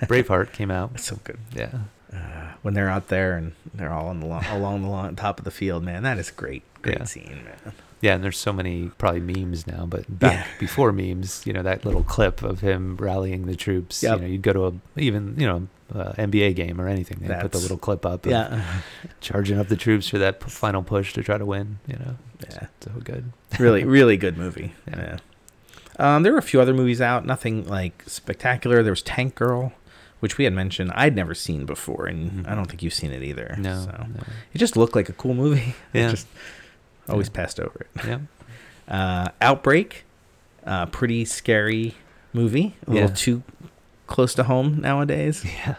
[SPEAKER 4] Braveheart came out.
[SPEAKER 3] so good
[SPEAKER 4] Yeah,
[SPEAKER 3] uh, when they're out there and they're all on the lawn, along the lawn, top of the field. Man, that is great. Great
[SPEAKER 4] Yeah.
[SPEAKER 3] scene, man.
[SPEAKER 4] yeah. And there's so many probably memes now, but back
[SPEAKER 3] Yeah.
[SPEAKER 4] before memes, you know, that little clip of him rallying the troops.
[SPEAKER 3] Yep.
[SPEAKER 4] You know, you'd go to a even you know uh, NBA game or anything. They put the
[SPEAKER 3] That's-
[SPEAKER 4] little clip up. of
[SPEAKER 3] Yeah,
[SPEAKER 4] charging up the troops for that p- final push to try to win. You know,
[SPEAKER 3] yeah.
[SPEAKER 4] so good.
[SPEAKER 3] really, really good movie. Yeah.
[SPEAKER 4] Yeah.
[SPEAKER 3] Um, there were a few other movies out, nothing like spectacular. There was Tank Girl, which we had mentioned I'd never seen before, and
[SPEAKER 4] Mhm.
[SPEAKER 3] I don't think you've seen it either.
[SPEAKER 4] No,
[SPEAKER 3] so.
[SPEAKER 4] no.
[SPEAKER 3] it just looked like a cool movie. I
[SPEAKER 4] Yeah.
[SPEAKER 3] just always
[SPEAKER 4] Yeah.
[SPEAKER 3] passed over it.
[SPEAKER 4] yeah,
[SPEAKER 3] Uh, Outbreak, uh, pretty scary movie, a little
[SPEAKER 4] Yeah.
[SPEAKER 3] too close to home nowadays.
[SPEAKER 4] yeah,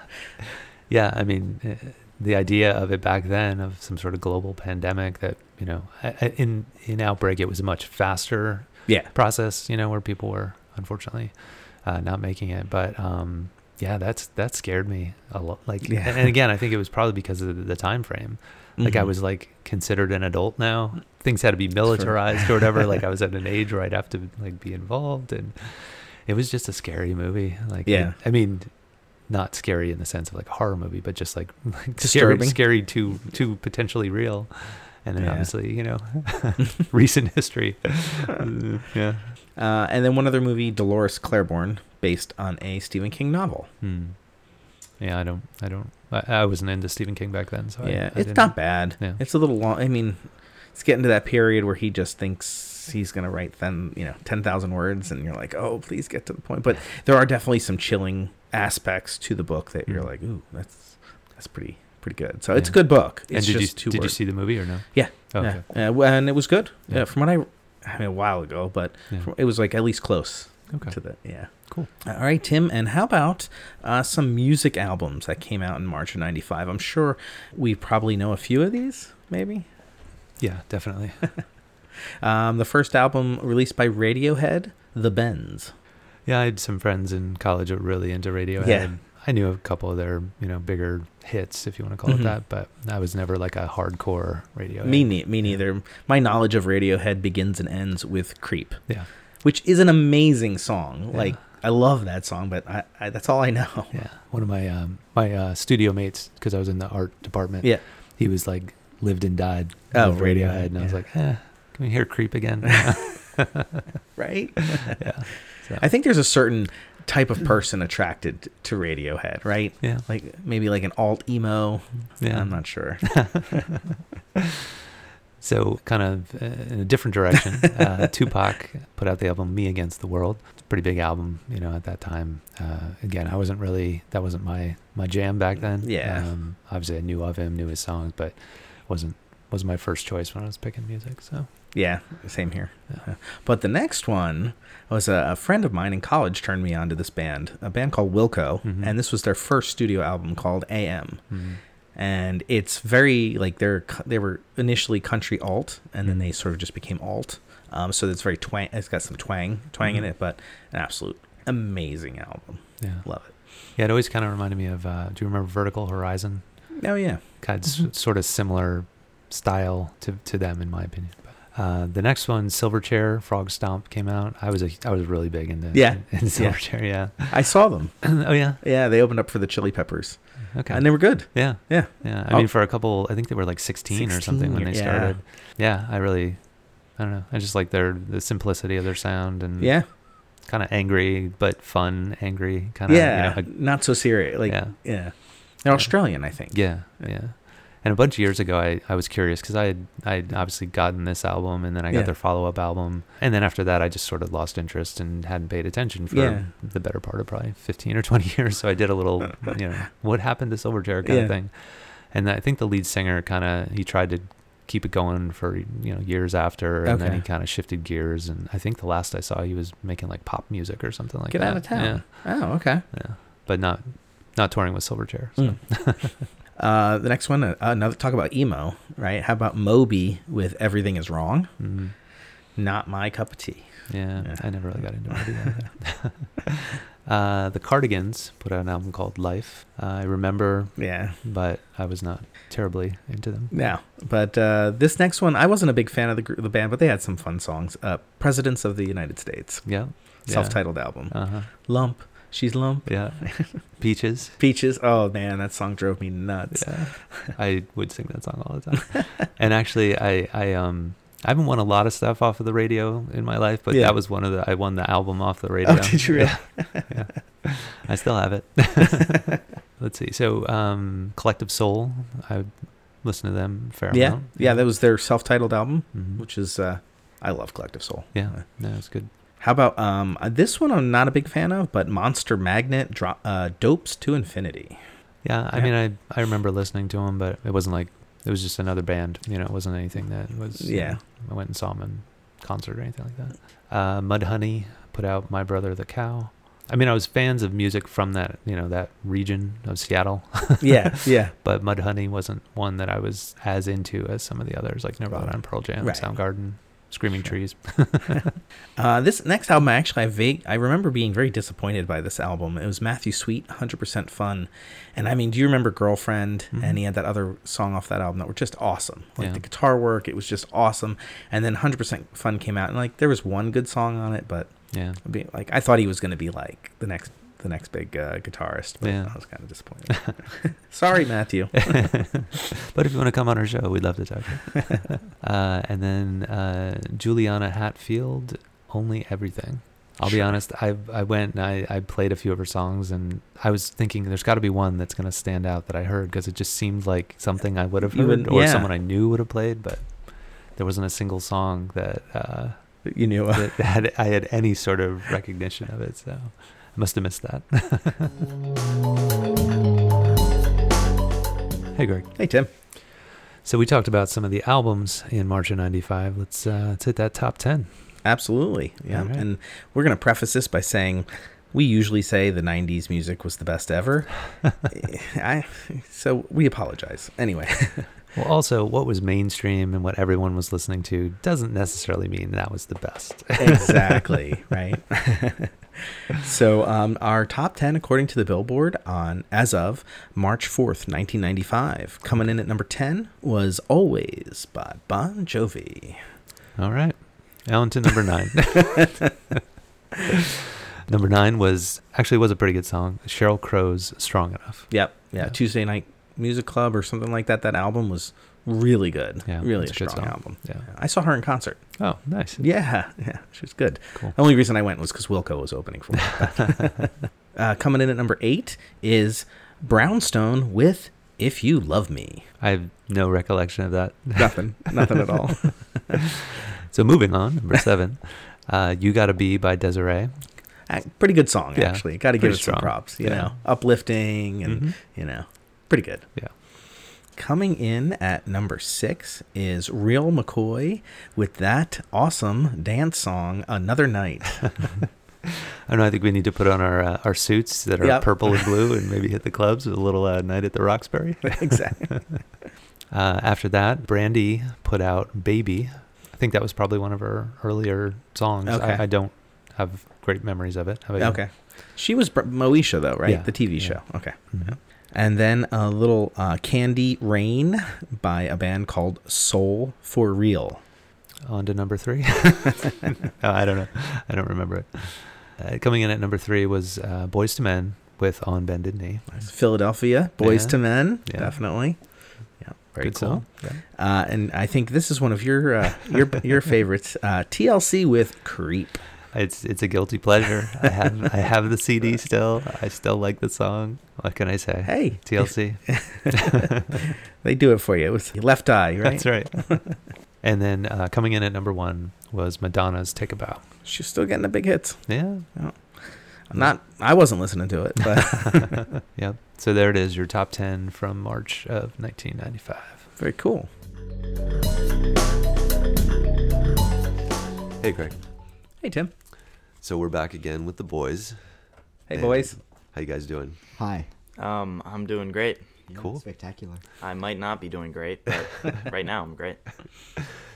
[SPEAKER 4] yeah. I mean, uh, the idea of it back then of some sort of global pandemic that you know, I- I- in in outbreak, it was a much faster
[SPEAKER 3] Yeah,
[SPEAKER 4] process. You know, where people were unfortunately uh, not making it, but. um yeah, that's that scared me a lot. Like,
[SPEAKER 3] Yeah.
[SPEAKER 4] and, and again, I think it was probably because of the, the time frame. Like, I
[SPEAKER 3] Mhm.
[SPEAKER 4] was like considered an adult now. Things had to be militarized or whatever. Like, I was at an age where I'd have to like be involved, and it was just a scary movie. Like, it-
[SPEAKER 3] Yeah.
[SPEAKER 4] I mean, not scary in the sense of like a horror movie, but just like, like scary,
[SPEAKER 3] Disturbing.
[SPEAKER 4] scary to to potentially real. And then
[SPEAKER 3] Yeah.
[SPEAKER 4] obviously, you know, recent history. yeah.
[SPEAKER 3] Uh, and then one other movie, Dolores Claiborne, based on a Stephen King novel.
[SPEAKER 4] Hmm. Yeah, I don't, I don't, I, I wasn't into Stephen King back then, so I- I
[SPEAKER 3] yeah, it's
[SPEAKER 4] didn't-
[SPEAKER 3] not bad.
[SPEAKER 4] Yeah.
[SPEAKER 3] It's a little long. I mean, it's getting to that period where he just thinks he's going to write then you know ten thousand words, and you're like, oh, please get to the point. But there are definitely some chilling aspects to the book that you're
[SPEAKER 4] Mm.
[SPEAKER 3] like, ooh, that's that's pretty pretty good. So it's a
[SPEAKER 4] Yeah.
[SPEAKER 3] good book. It's
[SPEAKER 4] And did you
[SPEAKER 3] just too
[SPEAKER 4] did you see the movie or no?
[SPEAKER 3] Yeah,
[SPEAKER 4] Oh,
[SPEAKER 3] yeah.
[SPEAKER 4] okay.
[SPEAKER 3] Uh, well, and it was good. Yeah.
[SPEAKER 4] Yeah.
[SPEAKER 3] from what I, I mean, a while ago, but
[SPEAKER 4] Yeah.
[SPEAKER 3] from, it was like at least close
[SPEAKER 4] Okay.
[SPEAKER 3] to the yeah.
[SPEAKER 4] Cool.
[SPEAKER 3] All right, Tim. And how about uh, some music albums that came out in March of '95? I'm sure we probably know a few of these, maybe.
[SPEAKER 4] Yeah, definitely.
[SPEAKER 3] Um, the first album released by Radiohead, The Bends.
[SPEAKER 4] Yeah, I had some friends in college that were really into Radiohead.
[SPEAKER 3] Yeah.
[SPEAKER 4] I knew a couple of their, you know, bigger hits, if you want to call
[SPEAKER 3] Mhm.
[SPEAKER 4] it that, but I was never like a hardcore Radiohead.
[SPEAKER 3] Me, ne- me neither. My knowledge of Radiohead begins and ends with Creep,
[SPEAKER 4] Yeah,
[SPEAKER 3] which is an amazing song.
[SPEAKER 4] Yeah.
[SPEAKER 3] Like, I love that song, but I, I, that's all I know.
[SPEAKER 4] yeah. One of my um, my uh, studio mates, because I was in the art department.
[SPEAKER 3] Yeah.
[SPEAKER 4] he was like lived and died
[SPEAKER 3] Oh,
[SPEAKER 4] with
[SPEAKER 3] Radiohead,
[SPEAKER 4] Radiohead, and I was
[SPEAKER 3] yeah.
[SPEAKER 4] like, eh, can we hear Creep again?
[SPEAKER 3] Right?
[SPEAKER 4] yeah, so,
[SPEAKER 3] I think there's a certain type of person attracted to Radiohead, right?
[SPEAKER 4] yeah,
[SPEAKER 3] Like, maybe like an alt emo.
[SPEAKER 4] yeah.
[SPEAKER 3] I'm not sure.
[SPEAKER 4] So, kind of uh, in a different direction, uh, Tupac put out the album "Me Against the World." It's a pretty big album, you know, at that time. Uh, again, I wasn't really that wasn't my my jam back then.
[SPEAKER 3] Mm, Yeah.
[SPEAKER 4] Um, obviously, I knew of him, knew his songs, but wasn't was my first choice when I was picking music. So,
[SPEAKER 3] Yeah, same here. Uh,
[SPEAKER 4] Yeah.
[SPEAKER 3] But the next one was a, a friend of mine in college turned me on to this band, a band called Wilco,
[SPEAKER 4] Mhm.
[SPEAKER 3] and this was their first studio album called AM. And it's very like they're cu- they were initially country alt, and then
[SPEAKER 4] Mhm.
[SPEAKER 3] they sort of just became alt. Um, so it's very twang. It's got some twang, twang
[SPEAKER 4] Mm-hmm.
[SPEAKER 3] in it, but an absolute amazing album.
[SPEAKER 4] Yeah.
[SPEAKER 3] Love it.
[SPEAKER 4] Yeah, it always kind of reminded me of. Uh, do you remember Vertical Horizon?
[SPEAKER 3] Oh yeah.
[SPEAKER 4] Kind of sort of similar style to, to them, in my opinion. Uh, the next one, Silverchair, Frog Stomp came out. I was a, I was really big into
[SPEAKER 3] Yeah.
[SPEAKER 4] in, Silverchair. Yeah.
[SPEAKER 3] I saw them.
[SPEAKER 4] oh yeah.
[SPEAKER 3] Yeah, they opened up for the Chili Peppers,
[SPEAKER 4] Okay.
[SPEAKER 3] and they were good.
[SPEAKER 4] yeah.
[SPEAKER 3] Yeah.
[SPEAKER 4] Yeah. I
[SPEAKER 3] Oh.
[SPEAKER 4] mean, for a couple, I think they were like 16, or something when
[SPEAKER 3] 16,
[SPEAKER 4] they
[SPEAKER 3] yeah.
[SPEAKER 4] started. Yeah. I really, I don't know. I just like their the simplicity of their sound and
[SPEAKER 3] Yeah.
[SPEAKER 4] kind of angry but fun, angry kind of.
[SPEAKER 3] yeah.
[SPEAKER 4] You know,
[SPEAKER 3] not so serious. Like yeah.
[SPEAKER 4] Yeah.
[SPEAKER 3] They're Australian, I think.
[SPEAKER 4] Yeah, yeah. And a bunch of years ago, I, I was curious because I had I had obviously gotten this album, and then I got
[SPEAKER 3] Yeah.
[SPEAKER 4] their follow up album, and then after that, I just sort of lost interest and hadn't paid attention for
[SPEAKER 3] Yeah.
[SPEAKER 4] the better part of probably fifteen or twenty years. So I did a little, you know, what happened to Silverchair kind
[SPEAKER 3] Yeah.
[SPEAKER 4] of thing. And I think the lead singer kind of he tried to keep it going for you know years after, and then
[SPEAKER 3] Okay.
[SPEAKER 4] he kind of shifted gears. And I think the last I saw, he was making like pop music or something like
[SPEAKER 3] Get
[SPEAKER 4] that.
[SPEAKER 3] out of town. Oh, okay.
[SPEAKER 4] Yeah, yeah. But not not touring with Silverchair.
[SPEAKER 3] Hmm.
[SPEAKER 4] So.
[SPEAKER 3] Uh, the next one, uh, another talk about emo, right? How about Moby with "Everything Is Wrong"?
[SPEAKER 4] Mm.
[SPEAKER 3] Not my cup of tea.
[SPEAKER 4] Yeah,
[SPEAKER 3] Yeah.
[SPEAKER 4] I never really got into Moby either. uh, the Cardigans put out an album called Life. I remember,
[SPEAKER 3] Yeah,
[SPEAKER 4] but I was not terribly into them.
[SPEAKER 3] no. But uh, this next one, I wasn't a big fan of the gr- the band, but they had some fun songs. Uh, "Presidents of the United States,"
[SPEAKER 4] Yeah. yeah.
[SPEAKER 3] self-titled album.
[SPEAKER 4] Uh-huh.
[SPEAKER 3] Lump, she's lump.
[SPEAKER 4] Yeah. Peaches.
[SPEAKER 3] Peaches. Oh man, that song drove me nuts.
[SPEAKER 4] Yeah. I would sing that song all the time. and actually, I, I, um, I haven't won a lot of stuff off of the radio in my life, but
[SPEAKER 3] Yeah. Oh,
[SPEAKER 4] that was one of the. I won the album off the radio.
[SPEAKER 3] did you really?
[SPEAKER 4] Yeah. Yeah. I still have it. Let's see. So, um, Collective Soul, I listen to them a fair
[SPEAKER 3] Yeah,
[SPEAKER 4] amount.
[SPEAKER 3] yeah. That was their self-titled album,
[SPEAKER 4] Mhm.
[SPEAKER 3] which is uh, I love Collective Soul.
[SPEAKER 4] Yeah, no, it's good.
[SPEAKER 3] How about um uh, this one? I'm not a big fan of, but Monster Magnet dro- uh, dopes to infinity.
[SPEAKER 4] Yeah, I
[SPEAKER 3] Yeah.
[SPEAKER 4] mean, I I remember listening to him, but it wasn't like it was just another band. You know, it wasn't anything that was. you
[SPEAKER 3] Yeah.
[SPEAKER 4] know, I went and saw him in concert or anything like that. Uh, Mudhoney put out "My Brother the Cow." I mean, I was fans of music from that you know that region of Seattle,
[SPEAKER 3] yeah, yeah,
[SPEAKER 4] but Mudhoney wasn't one that I was as into as some of the others, like Nirvana and Pearl Jam,
[SPEAKER 3] Right.
[SPEAKER 4] Soundgarden, Screaming Trees.
[SPEAKER 3] Uh, this next album, actually, I vague, I remember being very disappointed by this album. It was Matthew Sweet, 100% Fun. And I mean, do you remember Girlfriend? And he had that other song off that album that were just awesome. Like
[SPEAKER 4] Yeah.
[SPEAKER 3] the guitar work, it was just awesome. And then 100% Fun came out, and like there was one good song on it, but
[SPEAKER 4] Yeah,
[SPEAKER 3] be- like I thought he was going to be like the next the next big uh, guitarist, but
[SPEAKER 4] Yeah.
[SPEAKER 3] I was kind of disappointed. Sorry, Matthew.
[SPEAKER 4] but if you want to come on our show, we'd love to talk. to you. uh, and then uh, Juliana Hatfield, only everything. I'll be honest. I I went and I, I played a few of her songs, and I was thinking there's got to be one that's gonna stand out that I heard because it just seemed like something I would have
[SPEAKER 3] You
[SPEAKER 4] heard
[SPEAKER 3] would-
[SPEAKER 4] or
[SPEAKER 3] yeah.
[SPEAKER 4] someone I knew would have played, but there wasn't a single song that uh,
[SPEAKER 3] you knew.
[SPEAKER 4] that had I had any sort of recognition of it. So I must have missed that. hey, Greg.
[SPEAKER 3] Hey, Tim.
[SPEAKER 4] So we talked about some of the albums in March of '95. Let's uh, let's hit that top ten.
[SPEAKER 3] Absolutely. Yeah.
[SPEAKER 4] All right.
[SPEAKER 3] And we're going to preface this by saying we usually say the 90s music was the best ever. I, so we apologize. Anyway,
[SPEAKER 4] Well, also, what was mainstream and what everyone was listening to doesn't necessarily mean that was the best.
[SPEAKER 3] exactly. right. so um, our top 10 according to the Billboard on as of March 4th, 1995. Coming in at number 10 was Always by Bon Jovi.
[SPEAKER 4] All right, on to number nine. number nine was actually was a pretty good song. Cheryl Crow's "Strong Enough."
[SPEAKER 3] Yep. Yeah.
[SPEAKER 4] Yeah.
[SPEAKER 3] Tuesday Night Music Club or something like that. That album was really good.
[SPEAKER 4] Yeah,
[SPEAKER 3] really a
[SPEAKER 4] it's a good
[SPEAKER 3] strong
[SPEAKER 4] song.
[SPEAKER 3] album.
[SPEAKER 4] Yeah.
[SPEAKER 3] I saw her in concert.
[SPEAKER 4] Oh, nice.
[SPEAKER 3] Yeah, yeah, she was good.
[SPEAKER 4] Cool.
[SPEAKER 3] The only reason I went was because Wilco was opening for her. uh, coming in at number eight is Brownstone with "If You Love Me."
[SPEAKER 4] I have no recollection of that.
[SPEAKER 3] Nothing, nothing at all.
[SPEAKER 4] So moving on, number seven, uh, "You Gotta Be" by Desiree.
[SPEAKER 3] Ac- Uh, pretty good song,
[SPEAKER 4] Yeah,
[SPEAKER 3] actually. Got to give
[SPEAKER 4] pretty
[SPEAKER 3] it
[SPEAKER 4] strong.
[SPEAKER 3] some props. You
[SPEAKER 4] Yeah.
[SPEAKER 3] know, uplifting and
[SPEAKER 4] Mhm.
[SPEAKER 3] you know, pretty good.
[SPEAKER 4] Yeah.
[SPEAKER 3] Coming in at number six is Real McCoy with that awesome dance song, "Another Night."
[SPEAKER 4] I don't know. I think we need to put on our uh, our suits that are
[SPEAKER 3] Yep.
[SPEAKER 4] purple and blue, and maybe hit the clubs with a little uh, night at the Roxbury.
[SPEAKER 3] exactly.
[SPEAKER 4] Uh, after that, Brandy put out "Baby." I think that was probably one of her earlier songs.
[SPEAKER 3] Okay.
[SPEAKER 4] I, I don't have great memories of it. How about you?
[SPEAKER 3] Okay. She was Br- Moesha, though, right?
[SPEAKER 4] Oh, Yeah,
[SPEAKER 3] The TV
[SPEAKER 4] yeah.
[SPEAKER 3] show. Okay.
[SPEAKER 4] Mhm.
[SPEAKER 3] And then a little uh, Candy Rain by a band called Soul for Real.
[SPEAKER 4] On to number three. No, I don't know. I don't remember it. Uh, coming in at number three was uh, Boys to Men with On Bended Knee.
[SPEAKER 3] Philadelphia, Boys
[SPEAKER 4] Yeah.
[SPEAKER 3] to Men,
[SPEAKER 4] Yeah.
[SPEAKER 3] definitely. Yeah, very
[SPEAKER 4] Good
[SPEAKER 3] cool.
[SPEAKER 4] song. Yeah.
[SPEAKER 3] Uh, and I think this is one of your uh, your your favorites, uh, TLC with Creep.
[SPEAKER 4] It's it's a guilty pleasure. I have I have the CD still. I still like the song. What can I say?
[SPEAKER 3] Hey,
[SPEAKER 4] TLC.
[SPEAKER 3] they do it for you. It was Left Eye, right?
[SPEAKER 4] That's right. and then uh, coming in at number one was Madonna's "Take a Bow."
[SPEAKER 3] She's still getting the big hits.
[SPEAKER 4] Yeah,
[SPEAKER 3] I'm not. I wasn't listening to it, but
[SPEAKER 4] yeah. So there it is. Your top ten from March of 1995.
[SPEAKER 3] very cool.
[SPEAKER 5] Hey, Craig.
[SPEAKER 3] Hey Tim.
[SPEAKER 5] So we're back again with the boys.
[SPEAKER 3] Hey
[SPEAKER 5] And
[SPEAKER 3] boys.
[SPEAKER 5] How you guys doing?
[SPEAKER 6] Hi.
[SPEAKER 7] Um, I'm doing great.
[SPEAKER 6] Yeah,
[SPEAKER 5] Cool.
[SPEAKER 6] Spectacular.
[SPEAKER 7] I might not be doing great, but right now I'm great.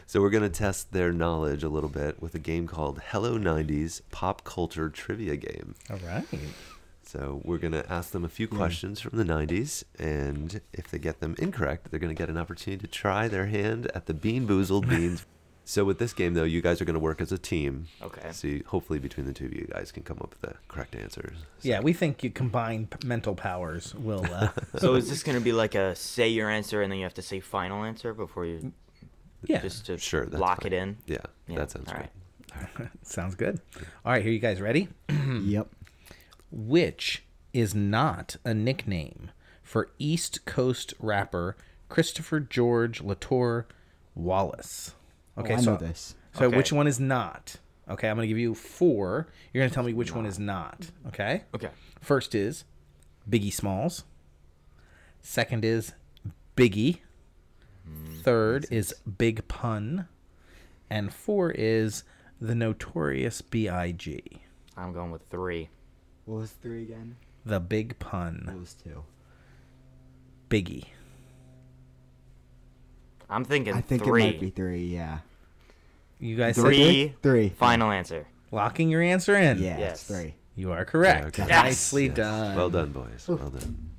[SPEAKER 5] So we're gonna test their knowledge a little bit with a game called Hello 90s Pop Culture Trivia Game.
[SPEAKER 3] All right.
[SPEAKER 5] So we're gonna ask them a few questions from the 90s, and if they get them incorrect, they're gonna get an opportunity to try their hand at the Bean Boozled beans. so with this game, though, you guys are gonna work as a team.
[SPEAKER 7] Okay.
[SPEAKER 5] So you, hopefully, between the two of you guys, can come up with the correct answers.
[SPEAKER 3] Yeah, we think you combine p- mental powers will. Uh,
[SPEAKER 7] So is this gonna be like a say your answer and then you have to say final answer before you
[SPEAKER 3] yeah,
[SPEAKER 7] just to
[SPEAKER 5] Sure. that's
[SPEAKER 7] lock
[SPEAKER 5] fine.
[SPEAKER 7] it in?
[SPEAKER 5] Yeah,
[SPEAKER 7] Yeah,
[SPEAKER 5] That sounds
[SPEAKER 7] all
[SPEAKER 5] good.
[SPEAKER 7] right.
[SPEAKER 3] sounds good. All right, here you guys ready?
[SPEAKER 6] Yep.
[SPEAKER 3] Which is not a nickname for East Coast rapper Christopher George Latour Wallace. Okay,
[SPEAKER 6] Oh, I
[SPEAKER 3] so
[SPEAKER 6] know this.
[SPEAKER 3] So
[SPEAKER 7] Okay.
[SPEAKER 3] which one is not? Okay, I'm gonna give you four. You're gonna tell me which one is not. Okay.
[SPEAKER 7] Okay.
[SPEAKER 3] First is Biggie Smalls. Second is Biggie. Third is Big Pun. And four is the notorious B.I.G.
[SPEAKER 7] I'm going with three.
[SPEAKER 6] What was three again?
[SPEAKER 3] The Big
[SPEAKER 6] What
[SPEAKER 3] Pun.
[SPEAKER 6] was two?
[SPEAKER 3] Biggie.
[SPEAKER 7] I'm thinking
[SPEAKER 6] I think
[SPEAKER 7] three.
[SPEAKER 6] it might be three. Yeah.
[SPEAKER 3] You guys
[SPEAKER 7] Three.
[SPEAKER 3] said
[SPEAKER 6] Three.
[SPEAKER 7] Final answer.
[SPEAKER 3] locking your answer in.
[SPEAKER 6] Yeah.
[SPEAKER 7] Yes.
[SPEAKER 6] It's three.
[SPEAKER 3] You are correct.
[SPEAKER 5] Yeah, okay.
[SPEAKER 7] Yes.
[SPEAKER 3] Nicely
[SPEAKER 5] Yes.
[SPEAKER 3] done.
[SPEAKER 5] Well done, boys. Well done.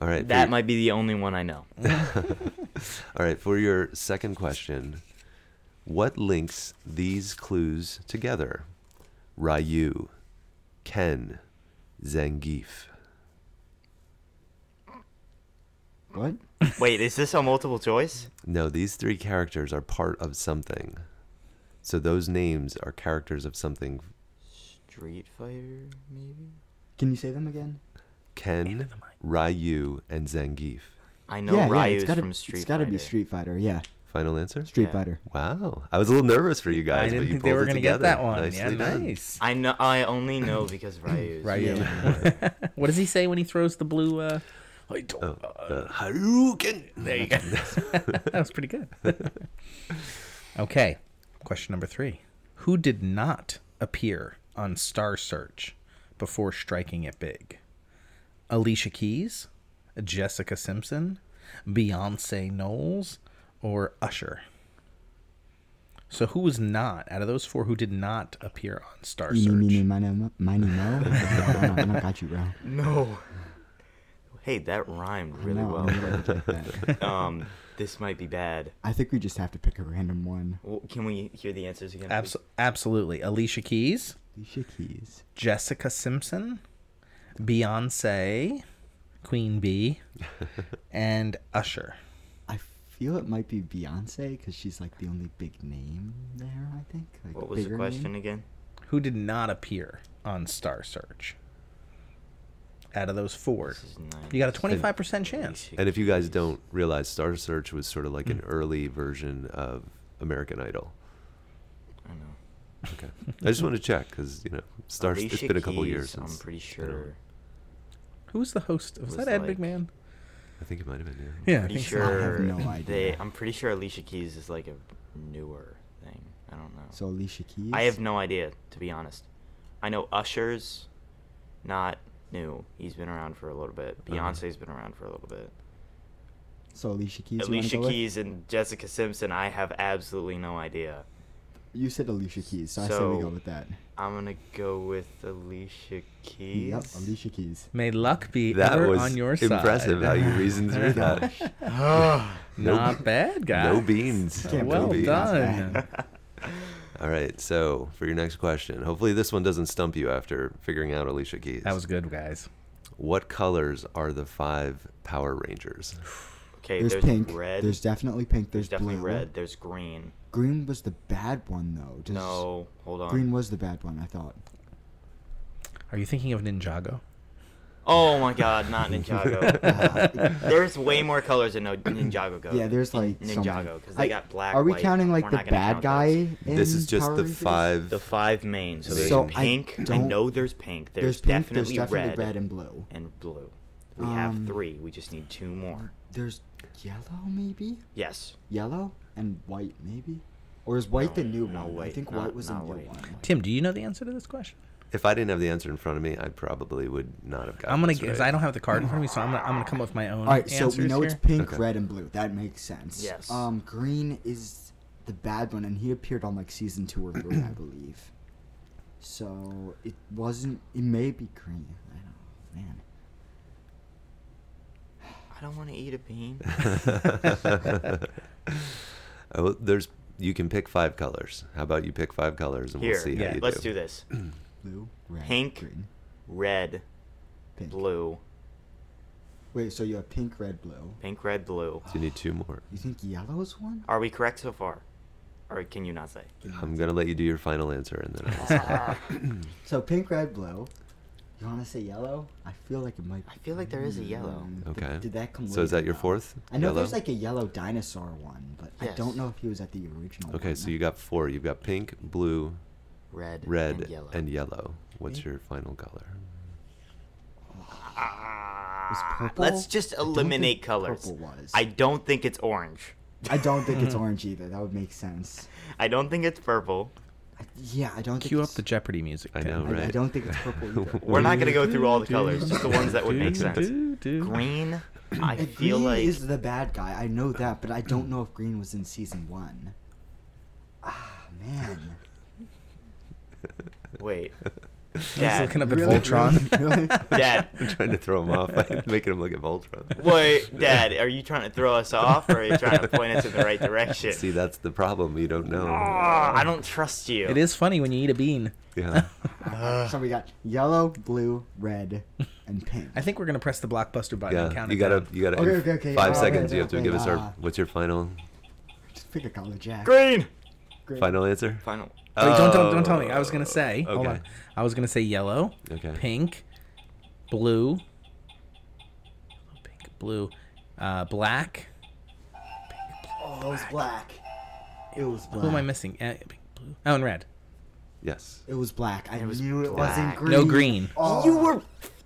[SPEAKER 5] All right. for
[SPEAKER 7] That
[SPEAKER 5] your-
[SPEAKER 7] might be the only one I know.
[SPEAKER 5] All right. For your second question, what links these clues together? Ryu, Ken, Zangief.
[SPEAKER 6] What?
[SPEAKER 7] Wait, is this a multiple choice?
[SPEAKER 5] No, these three characters are part of something. So those names are characters of something.
[SPEAKER 7] Street Fighter, maybe?
[SPEAKER 6] Can you say them again?
[SPEAKER 5] Ken, Ryu, and Zangief.
[SPEAKER 7] I know Ryu's
[SPEAKER 6] it's gotta,
[SPEAKER 7] from Street
[SPEAKER 6] It's gotta be
[SPEAKER 7] Fighter.
[SPEAKER 6] Street Fighter. Yeah.
[SPEAKER 5] Final answer?
[SPEAKER 6] Street
[SPEAKER 7] Yeah.
[SPEAKER 6] Fighter.
[SPEAKER 5] Wow. I was a little nervous for you
[SPEAKER 3] I
[SPEAKER 5] guys,
[SPEAKER 3] didn't
[SPEAKER 5] but you
[SPEAKER 3] think
[SPEAKER 5] pulled
[SPEAKER 3] they were
[SPEAKER 5] it
[SPEAKER 3] gonna get
[SPEAKER 5] together.
[SPEAKER 3] that one.
[SPEAKER 5] Nicely
[SPEAKER 3] yeah,
[SPEAKER 5] done.
[SPEAKER 3] nice.
[SPEAKER 7] I know I only know because Ryu's.
[SPEAKER 3] Ryu.
[SPEAKER 6] Yeah.
[SPEAKER 3] What does he say when he throws the blue? Uh, I don't-
[SPEAKER 5] Oh, uh, Hadouken.
[SPEAKER 3] there you go. that was pretty good. okay, question number three: Who did not appear on Star Search before striking it big? Alicia Keys, Jessica Simpson, Beyonce Knowles, or Usher? So who was not out of those four who did not appear on Star
[SPEAKER 6] Me, me, me,
[SPEAKER 3] Search?
[SPEAKER 6] mine, um, mine, no. I know, I know, I got you, bro.
[SPEAKER 7] No. Hey, that rhymed
[SPEAKER 6] I
[SPEAKER 7] really
[SPEAKER 6] know,
[SPEAKER 7] well.
[SPEAKER 6] I'm gonna take that.
[SPEAKER 7] um, this might be bad.
[SPEAKER 6] I think we just have to pick a random one.
[SPEAKER 7] W- Can we hear the answers again? please?
[SPEAKER 3] Abso- absolutely, Alicia Keys.
[SPEAKER 6] Alicia Keys.
[SPEAKER 3] Jessica Simpson, Beyonce, Queen Bee, and Usher.
[SPEAKER 6] I feel it might be Beyonce because she's like the only big name there. I think. Like,
[SPEAKER 7] What was the
[SPEAKER 6] bigger
[SPEAKER 7] question
[SPEAKER 6] Name.
[SPEAKER 7] again?
[SPEAKER 3] Who did not appear on Star Search? Out of those four,
[SPEAKER 7] This is nine.
[SPEAKER 3] you got a 25% chance.
[SPEAKER 5] And if you guys don't realize, Star Search was sort of like an early version of American Idol.
[SPEAKER 7] I know.
[SPEAKER 5] Okay, I just want to check because you know, Star.
[SPEAKER 7] Alicia
[SPEAKER 5] it's been a couple
[SPEAKER 7] Keys,
[SPEAKER 5] years. Since,
[SPEAKER 7] I'm pretty
[SPEAKER 5] you know,
[SPEAKER 7] sure.
[SPEAKER 3] Who was the host? Was,
[SPEAKER 7] Was
[SPEAKER 3] that Ed
[SPEAKER 7] like-
[SPEAKER 3] Bigman?
[SPEAKER 5] I think it might have been. Yeah.
[SPEAKER 3] Yeah, I
[SPEAKER 7] Pretty
[SPEAKER 3] think so.
[SPEAKER 7] sure.
[SPEAKER 6] I have no
[SPEAKER 7] They,
[SPEAKER 6] idea.
[SPEAKER 7] I'm pretty sure Alicia Keys is like a newer thing. I don't know.
[SPEAKER 6] So Alicia Keys.
[SPEAKER 7] I have no idea, to be honest. I know Usher's
[SPEAKER 6] Uh-huh.
[SPEAKER 7] not new. He's been around for a little bit. Beyonce's been around for a little bit.
[SPEAKER 6] So Alicia Keys. you wanna
[SPEAKER 7] Alicia
[SPEAKER 6] go with?
[SPEAKER 7] Keys and Jessica Simpson, I have absolutely no idea.
[SPEAKER 6] You said Alicia Keys, so, I said we
[SPEAKER 7] So-
[SPEAKER 6] go with that.
[SPEAKER 7] I'm gonna go with Alicia Keys.
[SPEAKER 6] Yep, Alicia Keys.
[SPEAKER 3] May luck be
[SPEAKER 5] That
[SPEAKER 3] ever
[SPEAKER 5] was
[SPEAKER 3] on your side.
[SPEAKER 5] impressive how you reasoned through that. No-
[SPEAKER 3] Not bad, guys.
[SPEAKER 5] No beans. no
[SPEAKER 6] Can't
[SPEAKER 3] Well
[SPEAKER 6] believe
[SPEAKER 5] beans.
[SPEAKER 6] that's
[SPEAKER 3] done.
[SPEAKER 5] All right, so for your next question, hopefully this one doesn't stump you after figuring out Alicia Keys.
[SPEAKER 3] That was good, guys.
[SPEAKER 5] What colors are the five Power Rangers?
[SPEAKER 7] Okay,
[SPEAKER 6] There's,
[SPEAKER 7] there's,
[SPEAKER 6] pink.
[SPEAKER 7] red.
[SPEAKER 6] There's definitely pink.
[SPEAKER 7] there's
[SPEAKER 6] There's,
[SPEAKER 7] definitely
[SPEAKER 6] blue.
[SPEAKER 7] red. There's green.
[SPEAKER 6] Green was the bad one though. Does-
[SPEAKER 7] No, hold on.
[SPEAKER 6] Green was the bad one. I thought.
[SPEAKER 3] Are you thinking of Ninjago?
[SPEAKER 7] Oh my God, not Ninjago.
[SPEAKER 6] Uh,
[SPEAKER 7] there's way more colors than no Ninjago goes.
[SPEAKER 6] yeah, there's like some,
[SPEAKER 7] Ninjago because they
[SPEAKER 6] I-
[SPEAKER 7] got black.
[SPEAKER 6] Are we
[SPEAKER 7] white,
[SPEAKER 6] counting like
[SPEAKER 7] we're
[SPEAKER 6] the
[SPEAKER 7] not gonna
[SPEAKER 6] bad
[SPEAKER 7] count those.
[SPEAKER 6] guys?
[SPEAKER 5] This is just the five.
[SPEAKER 7] The five main. So there's
[SPEAKER 5] So
[SPEAKER 6] I
[SPEAKER 7] pink. I,
[SPEAKER 6] don't-
[SPEAKER 7] know there's pink. There's,
[SPEAKER 6] There's, pink. There's
[SPEAKER 7] definitely,
[SPEAKER 6] definitely
[SPEAKER 7] red,
[SPEAKER 6] red. and blue.
[SPEAKER 7] and blue. We have
[SPEAKER 6] Um,
[SPEAKER 7] three. We just need two more.
[SPEAKER 6] There's yellow maybe.
[SPEAKER 7] Yes.
[SPEAKER 6] Yellow and white maybe. Or is white the
[SPEAKER 7] No,
[SPEAKER 6] new
[SPEAKER 7] no,
[SPEAKER 6] one? I
[SPEAKER 7] white,
[SPEAKER 6] think
[SPEAKER 7] not-
[SPEAKER 6] white was the
[SPEAKER 7] not
[SPEAKER 6] new
[SPEAKER 7] white.
[SPEAKER 6] one.
[SPEAKER 3] Tim, do you know the answer to this question?
[SPEAKER 5] if I didn't have the answer in front of me, I probably would not have gotten.
[SPEAKER 3] I'm gonna
[SPEAKER 5] this
[SPEAKER 3] guess.
[SPEAKER 5] right.
[SPEAKER 3] I don't have the card in front of me, so I'm gonna, I'm gonna come up with my own.
[SPEAKER 6] All right, so
[SPEAKER 3] answers
[SPEAKER 6] we know
[SPEAKER 3] here.
[SPEAKER 6] it's pink,
[SPEAKER 5] Okay.
[SPEAKER 6] red, and blue. That makes sense.
[SPEAKER 7] Yes.
[SPEAKER 6] Um, green is the bad one, and he appeared on like season two or three, I believe. So it wasn't. It may be green. I don't. Man.
[SPEAKER 7] I don't want to eat a bean.
[SPEAKER 5] oh, there's. You can pick five colors. How about you pick five colors and
[SPEAKER 7] Here,
[SPEAKER 5] we'll see
[SPEAKER 3] Yeah,
[SPEAKER 5] how you
[SPEAKER 7] let's
[SPEAKER 5] do.
[SPEAKER 7] do this.
[SPEAKER 6] Blue, red,
[SPEAKER 7] Pink.
[SPEAKER 6] green,
[SPEAKER 7] Red,
[SPEAKER 6] pink.
[SPEAKER 7] blue,
[SPEAKER 6] Wait, so you have pink, red, blue.
[SPEAKER 7] pink, red, blue.
[SPEAKER 5] So you need two more.
[SPEAKER 6] You think yellow's one?
[SPEAKER 7] Are we correct so far? Or can you not say?
[SPEAKER 5] I'm gonna let you do your final answer and then. I'll decide.
[SPEAKER 6] So pink, red, blue. You want to say yellow? I feel like it might.
[SPEAKER 7] I feel like there is a yellow.
[SPEAKER 6] Mm, but
[SPEAKER 5] okay.
[SPEAKER 6] Did that come?
[SPEAKER 5] So is
[SPEAKER 6] later,
[SPEAKER 5] that your
[SPEAKER 6] though?
[SPEAKER 5] fourth?
[SPEAKER 6] I know
[SPEAKER 5] Yellow?
[SPEAKER 6] there's like a yellow dinosaur one, but I don't
[SPEAKER 7] Yes.
[SPEAKER 6] know if he was at the original.
[SPEAKER 5] Okay,
[SPEAKER 6] one.
[SPEAKER 5] so you got four. You've got pink, blue,
[SPEAKER 7] Red,
[SPEAKER 5] red,
[SPEAKER 7] and yellow.
[SPEAKER 5] What's your final color?
[SPEAKER 6] Is purple?
[SPEAKER 7] Ah, Let's just
[SPEAKER 6] I don't think
[SPEAKER 7] eliminate colors.
[SPEAKER 6] Purple was.
[SPEAKER 7] I don't think it's orange.
[SPEAKER 6] I don't think
[SPEAKER 3] Hmm.
[SPEAKER 6] it's orange either. That would make sense.
[SPEAKER 7] I don't think it's purple.
[SPEAKER 6] I, yeah, I don't think
[SPEAKER 3] Cue up
[SPEAKER 6] it's,
[SPEAKER 3] the Jeopardy music.
[SPEAKER 5] I
[SPEAKER 3] Tim.
[SPEAKER 5] know,
[SPEAKER 6] I, I
[SPEAKER 5] right?
[SPEAKER 6] don't think it's purple either.
[SPEAKER 7] We're not going to go through all the colors, just the ones that would make
[SPEAKER 3] Do,
[SPEAKER 7] sense.
[SPEAKER 3] do, do.
[SPEAKER 7] Green, I
[SPEAKER 6] The
[SPEAKER 7] feel
[SPEAKER 6] green
[SPEAKER 7] like.
[SPEAKER 6] is the bad guy. I know that, but I don't know if Green was in season one. Ah man.
[SPEAKER 7] Wait.
[SPEAKER 3] He's
[SPEAKER 7] Dad.
[SPEAKER 3] looking up at
[SPEAKER 6] Really,
[SPEAKER 3] Voltron.
[SPEAKER 6] really, really?
[SPEAKER 5] I'm
[SPEAKER 7] Dad.
[SPEAKER 5] trying to throw him off by making him look at Voltron.
[SPEAKER 7] Wait, Dad, are you trying to throw us off or are you trying to point us in the right direction?
[SPEAKER 5] See, that's the problem. You don't know.
[SPEAKER 7] Ah, I don't trust you.
[SPEAKER 3] It is funny when you eat a bean.
[SPEAKER 5] Yeah.
[SPEAKER 6] so we got yellow, blue, red, and pink.
[SPEAKER 3] I think we're gonna press the blockbuster button. and
[SPEAKER 5] yeah.
[SPEAKER 3] count
[SPEAKER 5] You
[SPEAKER 3] it
[SPEAKER 5] gotta.
[SPEAKER 3] down.
[SPEAKER 5] You gotta.
[SPEAKER 6] Okay,
[SPEAKER 5] in
[SPEAKER 6] okay, okay,
[SPEAKER 5] Five
[SPEAKER 6] uh,
[SPEAKER 5] seconds.
[SPEAKER 6] okay,
[SPEAKER 5] you have to
[SPEAKER 6] okay,
[SPEAKER 5] give us our.
[SPEAKER 6] uh,
[SPEAKER 5] what's your final
[SPEAKER 6] Just pick a color, Jack.
[SPEAKER 7] Green!
[SPEAKER 6] Green.
[SPEAKER 5] final answer?
[SPEAKER 7] Final.
[SPEAKER 3] Oh, wait, don't, don't don't tell me. I was gonna say. Hold
[SPEAKER 5] Oh, Okay.
[SPEAKER 3] on. I was gonna say yellow,
[SPEAKER 5] Okay.
[SPEAKER 3] pink, blue, pink, blue, uh, black.
[SPEAKER 6] Oh, it was black. It was black.
[SPEAKER 3] Who am I missing? Uh, pink, blue. Oh, and red.
[SPEAKER 5] Yes.
[SPEAKER 6] It was black. I
[SPEAKER 7] was
[SPEAKER 6] knew it wasn't
[SPEAKER 7] black.
[SPEAKER 6] green.
[SPEAKER 3] No green.
[SPEAKER 6] Oh, you were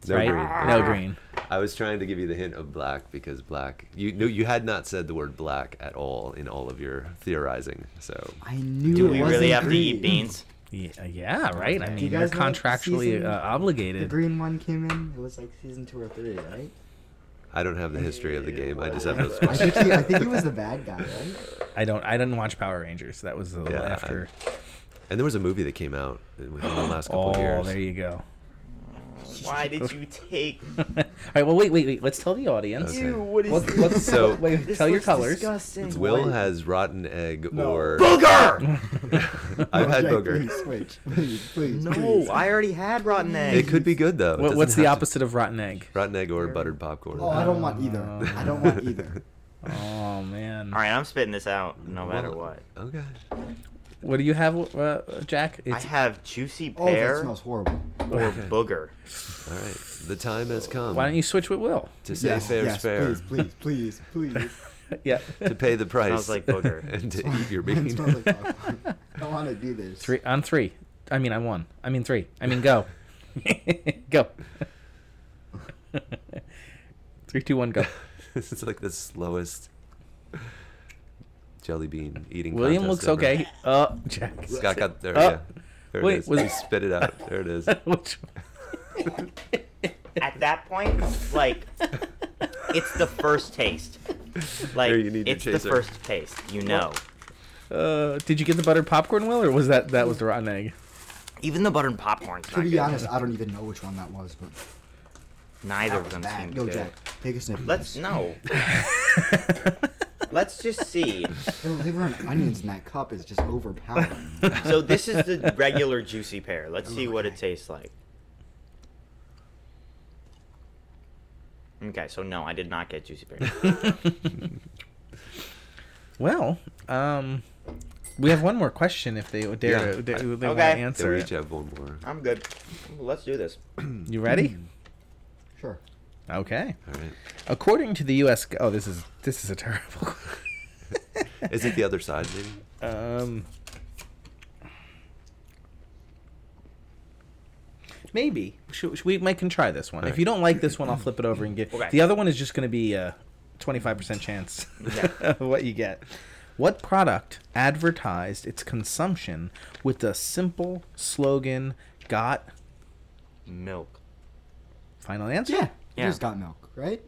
[SPEAKER 5] No
[SPEAKER 3] right?
[SPEAKER 6] Ah.
[SPEAKER 5] green.
[SPEAKER 3] No green.
[SPEAKER 5] I was trying to give you the hint of black because black. You no, you had not said the word black at all in all of your theorizing. So
[SPEAKER 6] I knew
[SPEAKER 7] Do
[SPEAKER 6] it
[SPEAKER 7] we
[SPEAKER 6] wasn't
[SPEAKER 7] really have to
[SPEAKER 6] green.
[SPEAKER 7] eat beans?
[SPEAKER 3] Yeah, uh, yeah right. I
[SPEAKER 7] Do
[SPEAKER 3] mean,
[SPEAKER 6] you
[SPEAKER 3] you are
[SPEAKER 6] guys know what
[SPEAKER 3] contractually
[SPEAKER 6] season
[SPEAKER 3] uh,
[SPEAKER 6] The
[SPEAKER 3] obligated.
[SPEAKER 6] green one came in. It was like season two or three, right?
[SPEAKER 5] I don't have the history of the game. I just have those
[SPEAKER 6] I
[SPEAKER 5] questions.
[SPEAKER 6] think he, I think he was the bad guy, right?
[SPEAKER 3] I don't. I didn't watch Power Rangers. That was the
[SPEAKER 5] Yeah, I-
[SPEAKER 3] after.
[SPEAKER 5] And there was a movie that came out within the last couple
[SPEAKER 3] Oh,
[SPEAKER 5] of years.
[SPEAKER 3] there you go.
[SPEAKER 7] Why did you take.
[SPEAKER 3] All right. Well, wait, wait, wait. Let's tell the audience.
[SPEAKER 5] Okay.
[SPEAKER 7] Ew, what is
[SPEAKER 3] Let's,
[SPEAKER 7] this?
[SPEAKER 3] let's
[SPEAKER 5] So-
[SPEAKER 3] wait,
[SPEAKER 7] This
[SPEAKER 3] tell your
[SPEAKER 7] looks
[SPEAKER 3] colors.
[SPEAKER 7] disgusting.
[SPEAKER 5] Will has rotten egg or
[SPEAKER 7] Booger!
[SPEAKER 5] I've had
[SPEAKER 6] Jack,
[SPEAKER 5] booger. Oh,
[SPEAKER 6] Please switch, please, please.
[SPEAKER 7] No,
[SPEAKER 6] please.
[SPEAKER 7] I already had rotten eggs.
[SPEAKER 5] It could be good though. It
[SPEAKER 3] What,
[SPEAKER 5] doesn't
[SPEAKER 3] what's the
[SPEAKER 5] have to-
[SPEAKER 3] opposite of rotten egg?
[SPEAKER 5] Rotten egg or buttered popcorn.
[SPEAKER 6] Oh, I don't want either. I don't want either.
[SPEAKER 3] Oh man.
[SPEAKER 7] All right, I'm spitting this out no matter what.
[SPEAKER 5] Okay.
[SPEAKER 3] What do you have, uh, Jack?
[SPEAKER 7] I
[SPEAKER 3] It's,
[SPEAKER 7] have juicy
[SPEAKER 6] Oh, that
[SPEAKER 7] pear
[SPEAKER 6] smells horrible.
[SPEAKER 7] or booger.
[SPEAKER 5] All right. The time has come.
[SPEAKER 3] why don't you switch with Will?
[SPEAKER 5] to say
[SPEAKER 6] yes,
[SPEAKER 5] fair's
[SPEAKER 6] yes,
[SPEAKER 5] fair,
[SPEAKER 6] Please, please, please, please.
[SPEAKER 3] Yeah.
[SPEAKER 5] to pay the price,
[SPEAKER 7] Smells like booger.
[SPEAKER 5] and to eat your
[SPEAKER 6] Mine
[SPEAKER 5] bean.
[SPEAKER 6] smells like popcorn. I don't want to do this.
[SPEAKER 3] three on three. I mean, on one. I mean, three. I mean, go. go. three, two, one, go.
[SPEAKER 5] it's like the slowest jelly bean eating.
[SPEAKER 3] William
[SPEAKER 5] contest
[SPEAKER 3] looks
[SPEAKER 5] ever.
[SPEAKER 3] okay. Uh, Jack.
[SPEAKER 5] Scott got there.
[SPEAKER 3] Oh.
[SPEAKER 5] yeah. There
[SPEAKER 3] Wait,
[SPEAKER 5] it is.
[SPEAKER 3] was-
[SPEAKER 5] He spit it out. There it is.
[SPEAKER 3] Which one?
[SPEAKER 7] At that point, like, it's the first taste. Like
[SPEAKER 5] Here, you need your
[SPEAKER 7] it's the
[SPEAKER 5] chaser.
[SPEAKER 7] first taste. You know.
[SPEAKER 3] Uh, did you get the buttered popcorn, Will, or was that that was the rotten egg?
[SPEAKER 7] Even the buttered popcorn's
[SPEAKER 6] To
[SPEAKER 7] not
[SPEAKER 6] be
[SPEAKER 7] good.
[SPEAKER 6] honest, I don't even know which one that was, but
[SPEAKER 7] Neither
[SPEAKER 6] that
[SPEAKER 7] of
[SPEAKER 6] was
[SPEAKER 7] them
[SPEAKER 6] bad.
[SPEAKER 7] seemed
[SPEAKER 6] Yo,
[SPEAKER 7] good.
[SPEAKER 6] Jack, take a sniff. of
[SPEAKER 7] Let's
[SPEAKER 6] this.
[SPEAKER 7] no. Let's just see.
[SPEAKER 6] The liver and onions in that cup is just overpowering.
[SPEAKER 7] So this is the regular juicy pear. Let's see what it tastes like. Okay, so no, I did not get juicy pear.
[SPEAKER 3] Well, um, we have one more question if they dare
[SPEAKER 5] Yeah.
[SPEAKER 3] to they, they want to
[SPEAKER 7] Okay.
[SPEAKER 5] So
[SPEAKER 3] answer.
[SPEAKER 5] we each
[SPEAKER 3] It.
[SPEAKER 5] have one more.
[SPEAKER 7] I'm good. Let's do this.
[SPEAKER 3] You
[SPEAKER 6] Hmm.
[SPEAKER 3] ready?
[SPEAKER 6] Sure.
[SPEAKER 3] Okay.
[SPEAKER 5] All right.
[SPEAKER 3] According to the U.S. go- Oh, this is this is a terrible.
[SPEAKER 5] Is it the other side, maybe?
[SPEAKER 3] um, maybe should, should we Mike can try this one. if
[SPEAKER 5] right.
[SPEAKER 3] you don't like this one, I'll flip it over and get
[SPEAKER 7] Okay.
[SPEAKER 3] the other one is just going to be a twenty five percent chance
[SPEAKER 7] Okay.
[SPEAKER 3] of what you get. What product advertised its consumption with the simple slogan "Got"?
[SPEAKER 7] Milk.
[SPEAKER 3] Final answer.
[SPEAKER 6] Yeah.
[SPEAKER 7] Yeah.
[SPEAKER 6] You just got milk, right?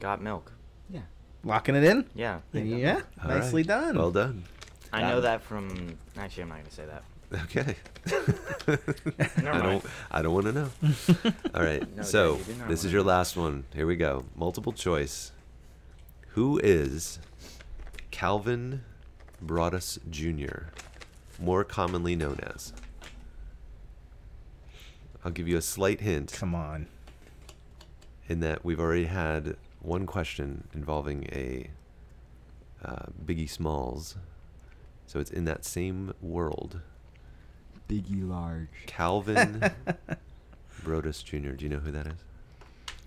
[SPEAKER 7] Got milk.
[SPEAKER 6] Yeah.
[SPEAKER 3] Locking it in.
[SPEAKER 7] Yeah.
[SPEAKER 3] Yeah,
[SPEAKER 5] All
[SPEAKER 3] nicely
[SPEAKER 5] right.
[SPEAKER 3] done.
[SPEAKER 5] Well done.
[SPEAKER 7] I know that from. Actually, I'm not gonna say that.
[SPEAKER 5] Okay. I
[SPEAKER 7] mind.
[SPEAKER 5] don't. I don't want to know. All right.
[SPEAKER 7] No,
[SPEAKER 5] so
[SPEAKER 7] Dad, you do not
[SPEAKER 5] this
[SPEAKER 7] wanna
[SPEAKER 5] is your
[SPEAKER 7] know.
[SPEAKER 5] last one. Here we go. Multiple choice. Who is Calvin Broadus Jr., more commonly known as? I'll give you a slight hint
[SPEAKER 3] Come on.
[SPEAKER 5] in that we've already had one question involving a uh, Biggie Smalls, so it's in that same world.
[SPEAKER 6] Biggie large.
[SPEAKER 5] Calvin Brodus Jr. Do you know who that is?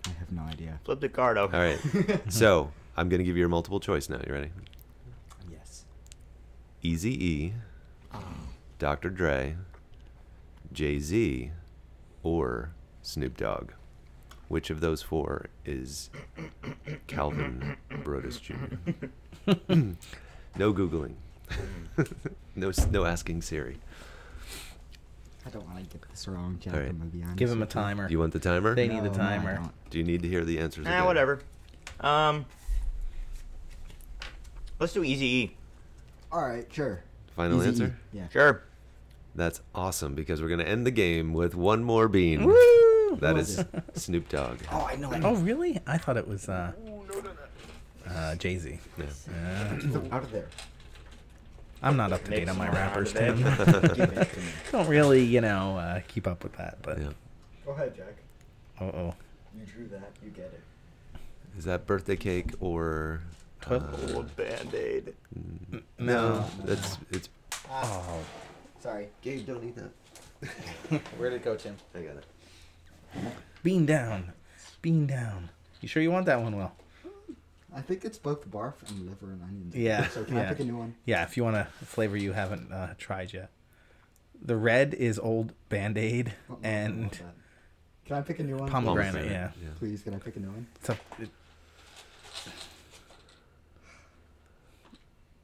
[SPEAKER 6] I have no idea.
[SPEAKER 7] Flip the card over.
[SPEAKER 5] All right. so I'm going to give you a multiple choice now. You ready?
[SPEAKER 6] Yes.
[SPEAKER 5] Easy E, Dr. Dre, Jay Z, or Snoop Dogg. Which of those four is Calvin Brodus Jr.? no Googling. no, s- no asking Siri.
[SPEAKER 6] I don't want to get this wrong, Jack.
[SPEAKER 5] All right.
[SPEAKER 6] I'm gonna be honest.
[SPEAKER 3] Give him a
[SPEAKER 6] with you.
[SPEAKER 3] timer.
[SPEAKER 5] Do you want the timer?
[SPEAKER 3] They need the
[SPEAKER 6] No, no, I
[SPEAKER 3] timer.
[SPEAKER 6] don't.
[SPEAKER 5] Do you need to hear the answers?
[SPEAKER 7] Nah,
[SPEAKER 5] again?
[SPEAKER 7] Ah, Eh, whatever. Um. Let's do Easy E.
[SPEAKER 6] All right, sure.
[SPEAKER 5] Final
[SPEAKER 6] Easy E.
[SPEAKER 5] answer?
[SPEAKER 6] Yeah.
[SPEAKER 7] Sure.
[SPEAKER 5] That's awesome because we're going to end the game with one more bean.
[SPEAKER 3] Woo!
[SPEAKER 5] That
[SPEAKER 6] was
[SPEAKER 5] is Snoop Dogg.
[SPEAKER 6] Oh, I know. it.
[SPEAKER 3] Oh, really? I thought it was uh, uh, Jay Z.
[SPEAKER 5] Yeah.
[SPEAKER 6] Out of there.
[SPEAKER 3] I'm not up to date on my
[SPEAKER 7] Mix them
[SPEAKER 3] rappers.
[SPEAKER 7] around a
[SPEAKER 3] Tim.
[SPEAKER 6] Give it to me.
[SPEAKER 3] Don't really, you know, uh, keep up with that. But
[SPEAKER 5] Yeah.
[SPEAKER 6] Go ahead, Jack.
[SPEAKER 3] oh, oh,
[SPEAKER 6] You drew that. You get it.
[SPEAKER 5] Is that birthday cake or
[SPEAKER 3] Twelve-
[SPEAKER 5] uh,
[SPEAKER 7] Band-aid.
[SPEAKER 5] no? That's it's.
[SPEAKER 3] oh,
[SPEAKER 6] Sorry.
[SPEAKER 5] Gabe, don't eat that.
[SPEAKER 3] where'd it go, Tim?
[SPEAKER 5] I got it.
[SPEAKER 3] Bean down, bean down. You sure you want that one, Will?
[SPEAKER 6] I think it's both barf and liver and onions.
[SPEAKER 3] Yeah,
[SPEAKER 6] So can
[SPEAKER 3] yeah.
[SPEAKER 6] I pick a new one?
[SPEAKER 3] Yeah, if you want a flavor you haven't uh, tried yet. The red is old Band Aid,
[SPEAKER 6] Oh, no, I don't
[SPEAKER 3] and
[SPEAKER 6] want that. Can I pick a new one?
[SPEAKER 3] Pomegranate,
[SPEAKER 5] Pomegranate,
[SPEAKER 3] yeah.
[SPEAKER 5] yeah.
[SPEAKER 6] Please, can I pick a new one?
[SPEAKER 3] It's a, it-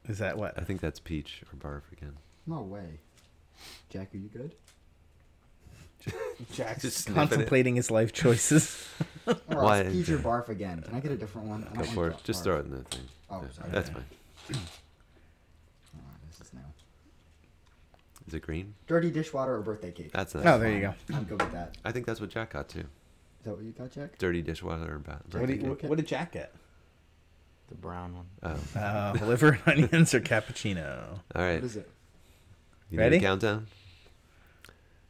[SPEAKER 3] is that what?
[SPEAKER 5] I think that's peach or barf again.
[SPEAKER 6] No way. Jack, are you good?
[SPEAKER 3] Jack's
[SPEAKER 5] Just sniffing it.
[SPEAKER 3] contemplating his life choices.
[SPEAKER 6] Or
[SPEAKER 5] Why-
[SPEAKER 6] Why? Peach or barf again? Can I get a different one? I don't
[SPEAKER 5] Go
[SPEAKER 6] want
[SPEAKER 5] for it.
[SPEAKER 6] barf.
[SPEAKER 5] Just throw it in the thing.
[SPEAKER 6] Oh,
[SPEAKER 5] Yeah,
[SPEAKER 6] sorry.
[SPEAKER 5] That's fine.
[SPEAKER 6] Oh, this is now.
[SPEAKER 5] Is it green?
[SPEAKER 6] Dirty dishwater or birthday cake?
[SPEAKER 5] That's not.
[SPEAKER 3] oh, there you go.
[SPEAKER 6] I'm good with that.
[SPEAKER 5] I think that's what Jack got too.
[SPEAKER 6] Is that what you got, Jack?
[SPEAKER 5] Dirty dishwater or ba-
[SPEAKER 3] What
[SPEAKER 5] birthday
[SPEAKER 3] did,
[SPEAKER 5] cake.
[SPEAKER 3] what, what did Jack get?
[SPEAKER 7] The brown one.
[SPEAKER 5] Oh,
[SPEAKER 3] Uh, liver and onions or cappuccino?
[SPEAKER 5] all right.
[SPEAKER 6] What is it?
[SPEAKER 5] You need a
[SPEAKER 3] Ready?
[SPEAKER 5] countdown.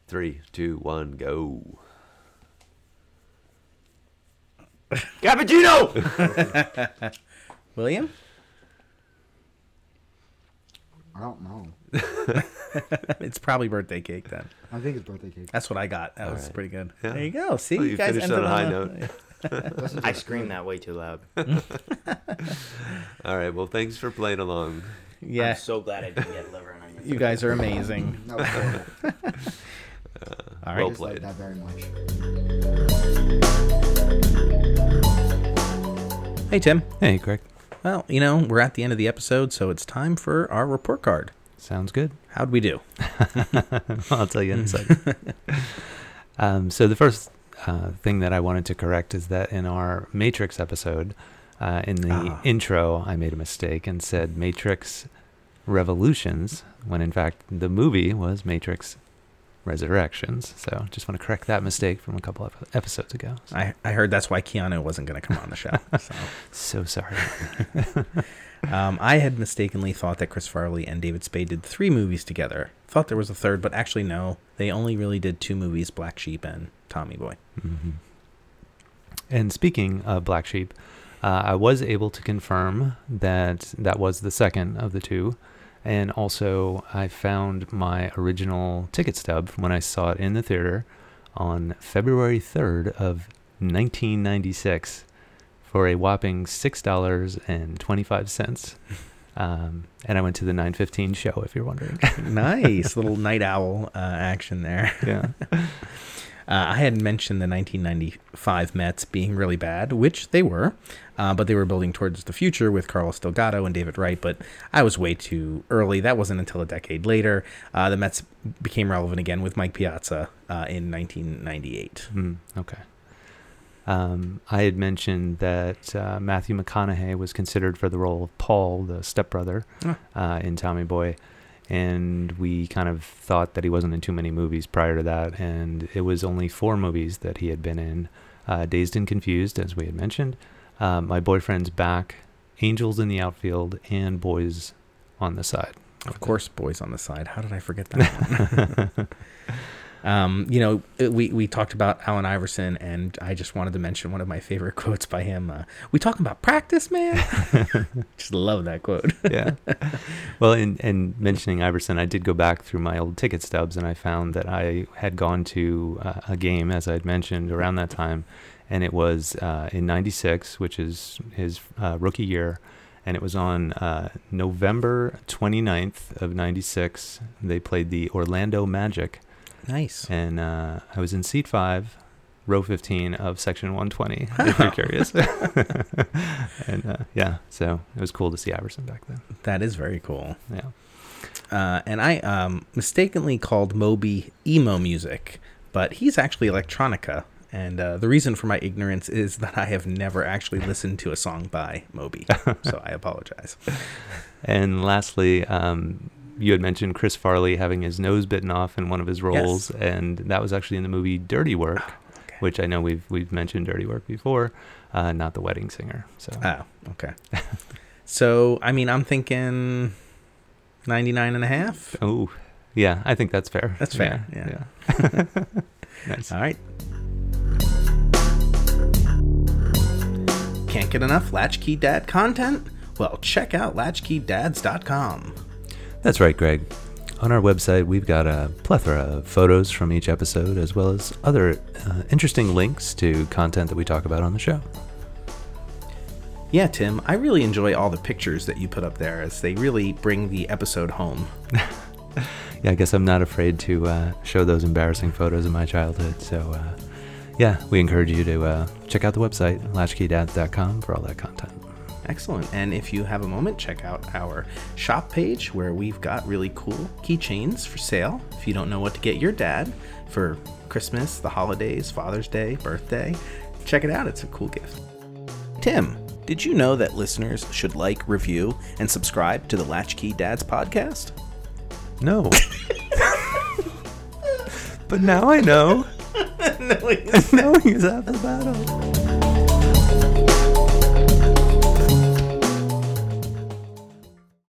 [SPEAKER 5] Three, two, one, go.
[SPEAKER 7] Cappuccino.
[SPEAKER 3] William?
[SPEAKER 6] I don't know.
[SPEAKER 3] It's probably birthday cake then.
[SPEAKER 6] I think it's birthday cake.
[SPEAKER 3] That's what I got. That was
[SPEAKER 5] right.
[SPEAKER 3] pretty good.
[SPEAKER 5] Yeah.
[SPEAKER 3] There you go. See,
[SPEAKER 5] Well,
[SPEAKER 3] you,
[SPEAKER 5] you
[SPEAKER 3] guys
[SPEAKER 5] finished
[SPEAKER 3] ended
[SPEAKER 5] on a high
[SPEAKER 3] note.
[SPEAKER 6] Doesn't
[SPEAKER 7] I
[SPEAKER 6] taste
[SPEAKER 7] screamed
[SPEAKER 6] good.
[SPEAKER 7] that way too loud.
[SPEAKER 5] All right. Well, thanks for playing along.
[SPEAKER 3] yeah,
[SPEAKER 7] I'm so glad I didn't get liver and onions.
[SPEAKER 3] you guys are amazing.
[SPEAKER 6] No, I don't
[SPEAKER 3] All right.
[SPEAKER 5] Well
[SPEAKER 6] like
[SPEAKER 5] played.
[SPEAKER 6] that very much.
[SPEAKER 3] hey, Tim.
[SPEAKER 4] Hey, Greg.
[SPEAKER 3] Well, you know, we're at the end of the episode, so it's time for our report card.
[SPEAKER 4] Sounds good.
[SPEAKER 3] How'd we do?
[SPEAKER 4] I'll tell you in a second. um, so the first uh, thing that I wanted to correct is that in our Matrix episode, Uh, in the
[SPEAKER 3] Ah.
[SPEAKER 4] intro, I made a mistake and said Matrix Revolutions, when in fact the movie was Matrix Resurrections. So just want to correct that mistake from a couple of episodes ago. So,
[SPEAKER 3] I, I heard that's why Keanu wasn't going to come on the show. So.
[SPEAKER 4] so sorry.
[SPEAKER 3] Um, I had mistakenly thought that Chris Farley and David Spade did three movies together. Thought there was a third, but actually no. They only really did two movies: Black Sheep and Tommy Boy.
[SPEAKER 4] Mm-hmm. And speaking of Black Sheep, uh, I was able to confirm that that was the second of the two. And also, I found my original ticket stub from when I saw it in the theater on February 3rd of 1996 for a whopping $6.25. Um, and I went to the 915 show, if you're wondering.
[SPEAKER 3] nice little night owl uh, action there.
[SPEAKER 4] yeah.
[SPEAKER 3] Uh, I had mentioned the 1995 Mets being really bad, which they were, uh, but they were building towards the future with Carlos Delgado and David Wright. But I was way too early. That wasn't until a decade later. Uh, the Mets became relevant again with Mike Piazza uh, in 1998.
[SPEAKER 4] Mm, okay. Um, I had mentioned that uh, Matthew McConaughey was considered for the role of Paul, the stepbrother,
[SPEAKER 3] Ah.
[SPEAKER 4] uh, in Tommy Boy, and we kind of thought that he wasn't in too many movies prior to that, and it was only four movies that he had been in: uh, Dazed and Confused, as we had mentioned, uh, My Boyfriend's Back, Angels in the Outfield, and Boys on the Side.
[SPEAKER 3] Of course, boys on the side. How did I forget that? one? um, you know, it- we we talked about Allen Iverson, and I just wanted to mention one of my favorite quotes by him. Uh, we talking about practice, man. just love that quote.
[SPEAKER 4] yeah. Well, in and mentioning Iverson, I did go back through my old ticket stubs, and I found that I had gone to uh, a game, as I had mentioned, around that time, and it was uh, in '96, which is his uh, rookie year, and it was on uh, November 29th of '96. They played the Orlando Magic,
[SPEAKER 3] Nice.
[SPEAKER 4] and uh, I was in seat five. Row 15 of section 120, if you're curious. and uh, yeah, so it was cool to see Iverson back then.
[SPEAKER 3] That is very cool.
[SPEAKER 4] Yeah.
[SPEAKER 3] Uh, and I um, mistakenly called Moby emo music, but he's actually electronica. And uh, the reason for my ignorance is that I have never actually listened to a song by Moby, so I apologize.
[SPEAKER 4] And lastly, um, you had mentioned Chris Farley having his nose bitten off in one of his roles, and that was actually in the movie Dirty Work,
[SPEAKER 3] Oh, okay.
[SPEAKER 4] which I know we've we've mentioned Dirty Work before, uh, not the wedding singer. So
[SPEAKER 3] Oh, okay. so, I mean, I'm thinking 99 and a half.
[SPEAKER 4] oh, yeah, I think that's fair.
[SPEAKER 3] That's fair,
[SPEAKER 4] yeah. nice.
[SPEAKER 3] All right. Can't get enough Latchkey Dad content? Well, check out latchkeydads.com.
[SPEAKER 4] That's right, Greg. On our website, we've got a plethora of photos from each episode, as well as other uh, interesting links to content that we talk about on the show.
[SPEAKER 3] Yeah, Tim, I really enjoy all the pictures that you put up there as they really bring the episode home.
[SPEAKER 4] yeah, I guess I'm not afraid to uh, show those embarrassing photos of my childhood. So, uh, yeah, we encourage you to uh, check out the website, latchkeydads.com, for all that content.
[SPEAKER 3] Excellent. And if you have a moment, check out our shop page where we've got really cool keychains for sale. If you don't know what to get your dad for Christmas, the holidays, Father's Day, birthday, check it out. It's a cool gift. Tim, did you know that listeners should like, review, and subscribe to the Latchkey Dads podcast?
[SPEAKER 4] No. but now I know.
[SPEAKER 3] no,
[SPEAKER 4] Knowing is half the battle.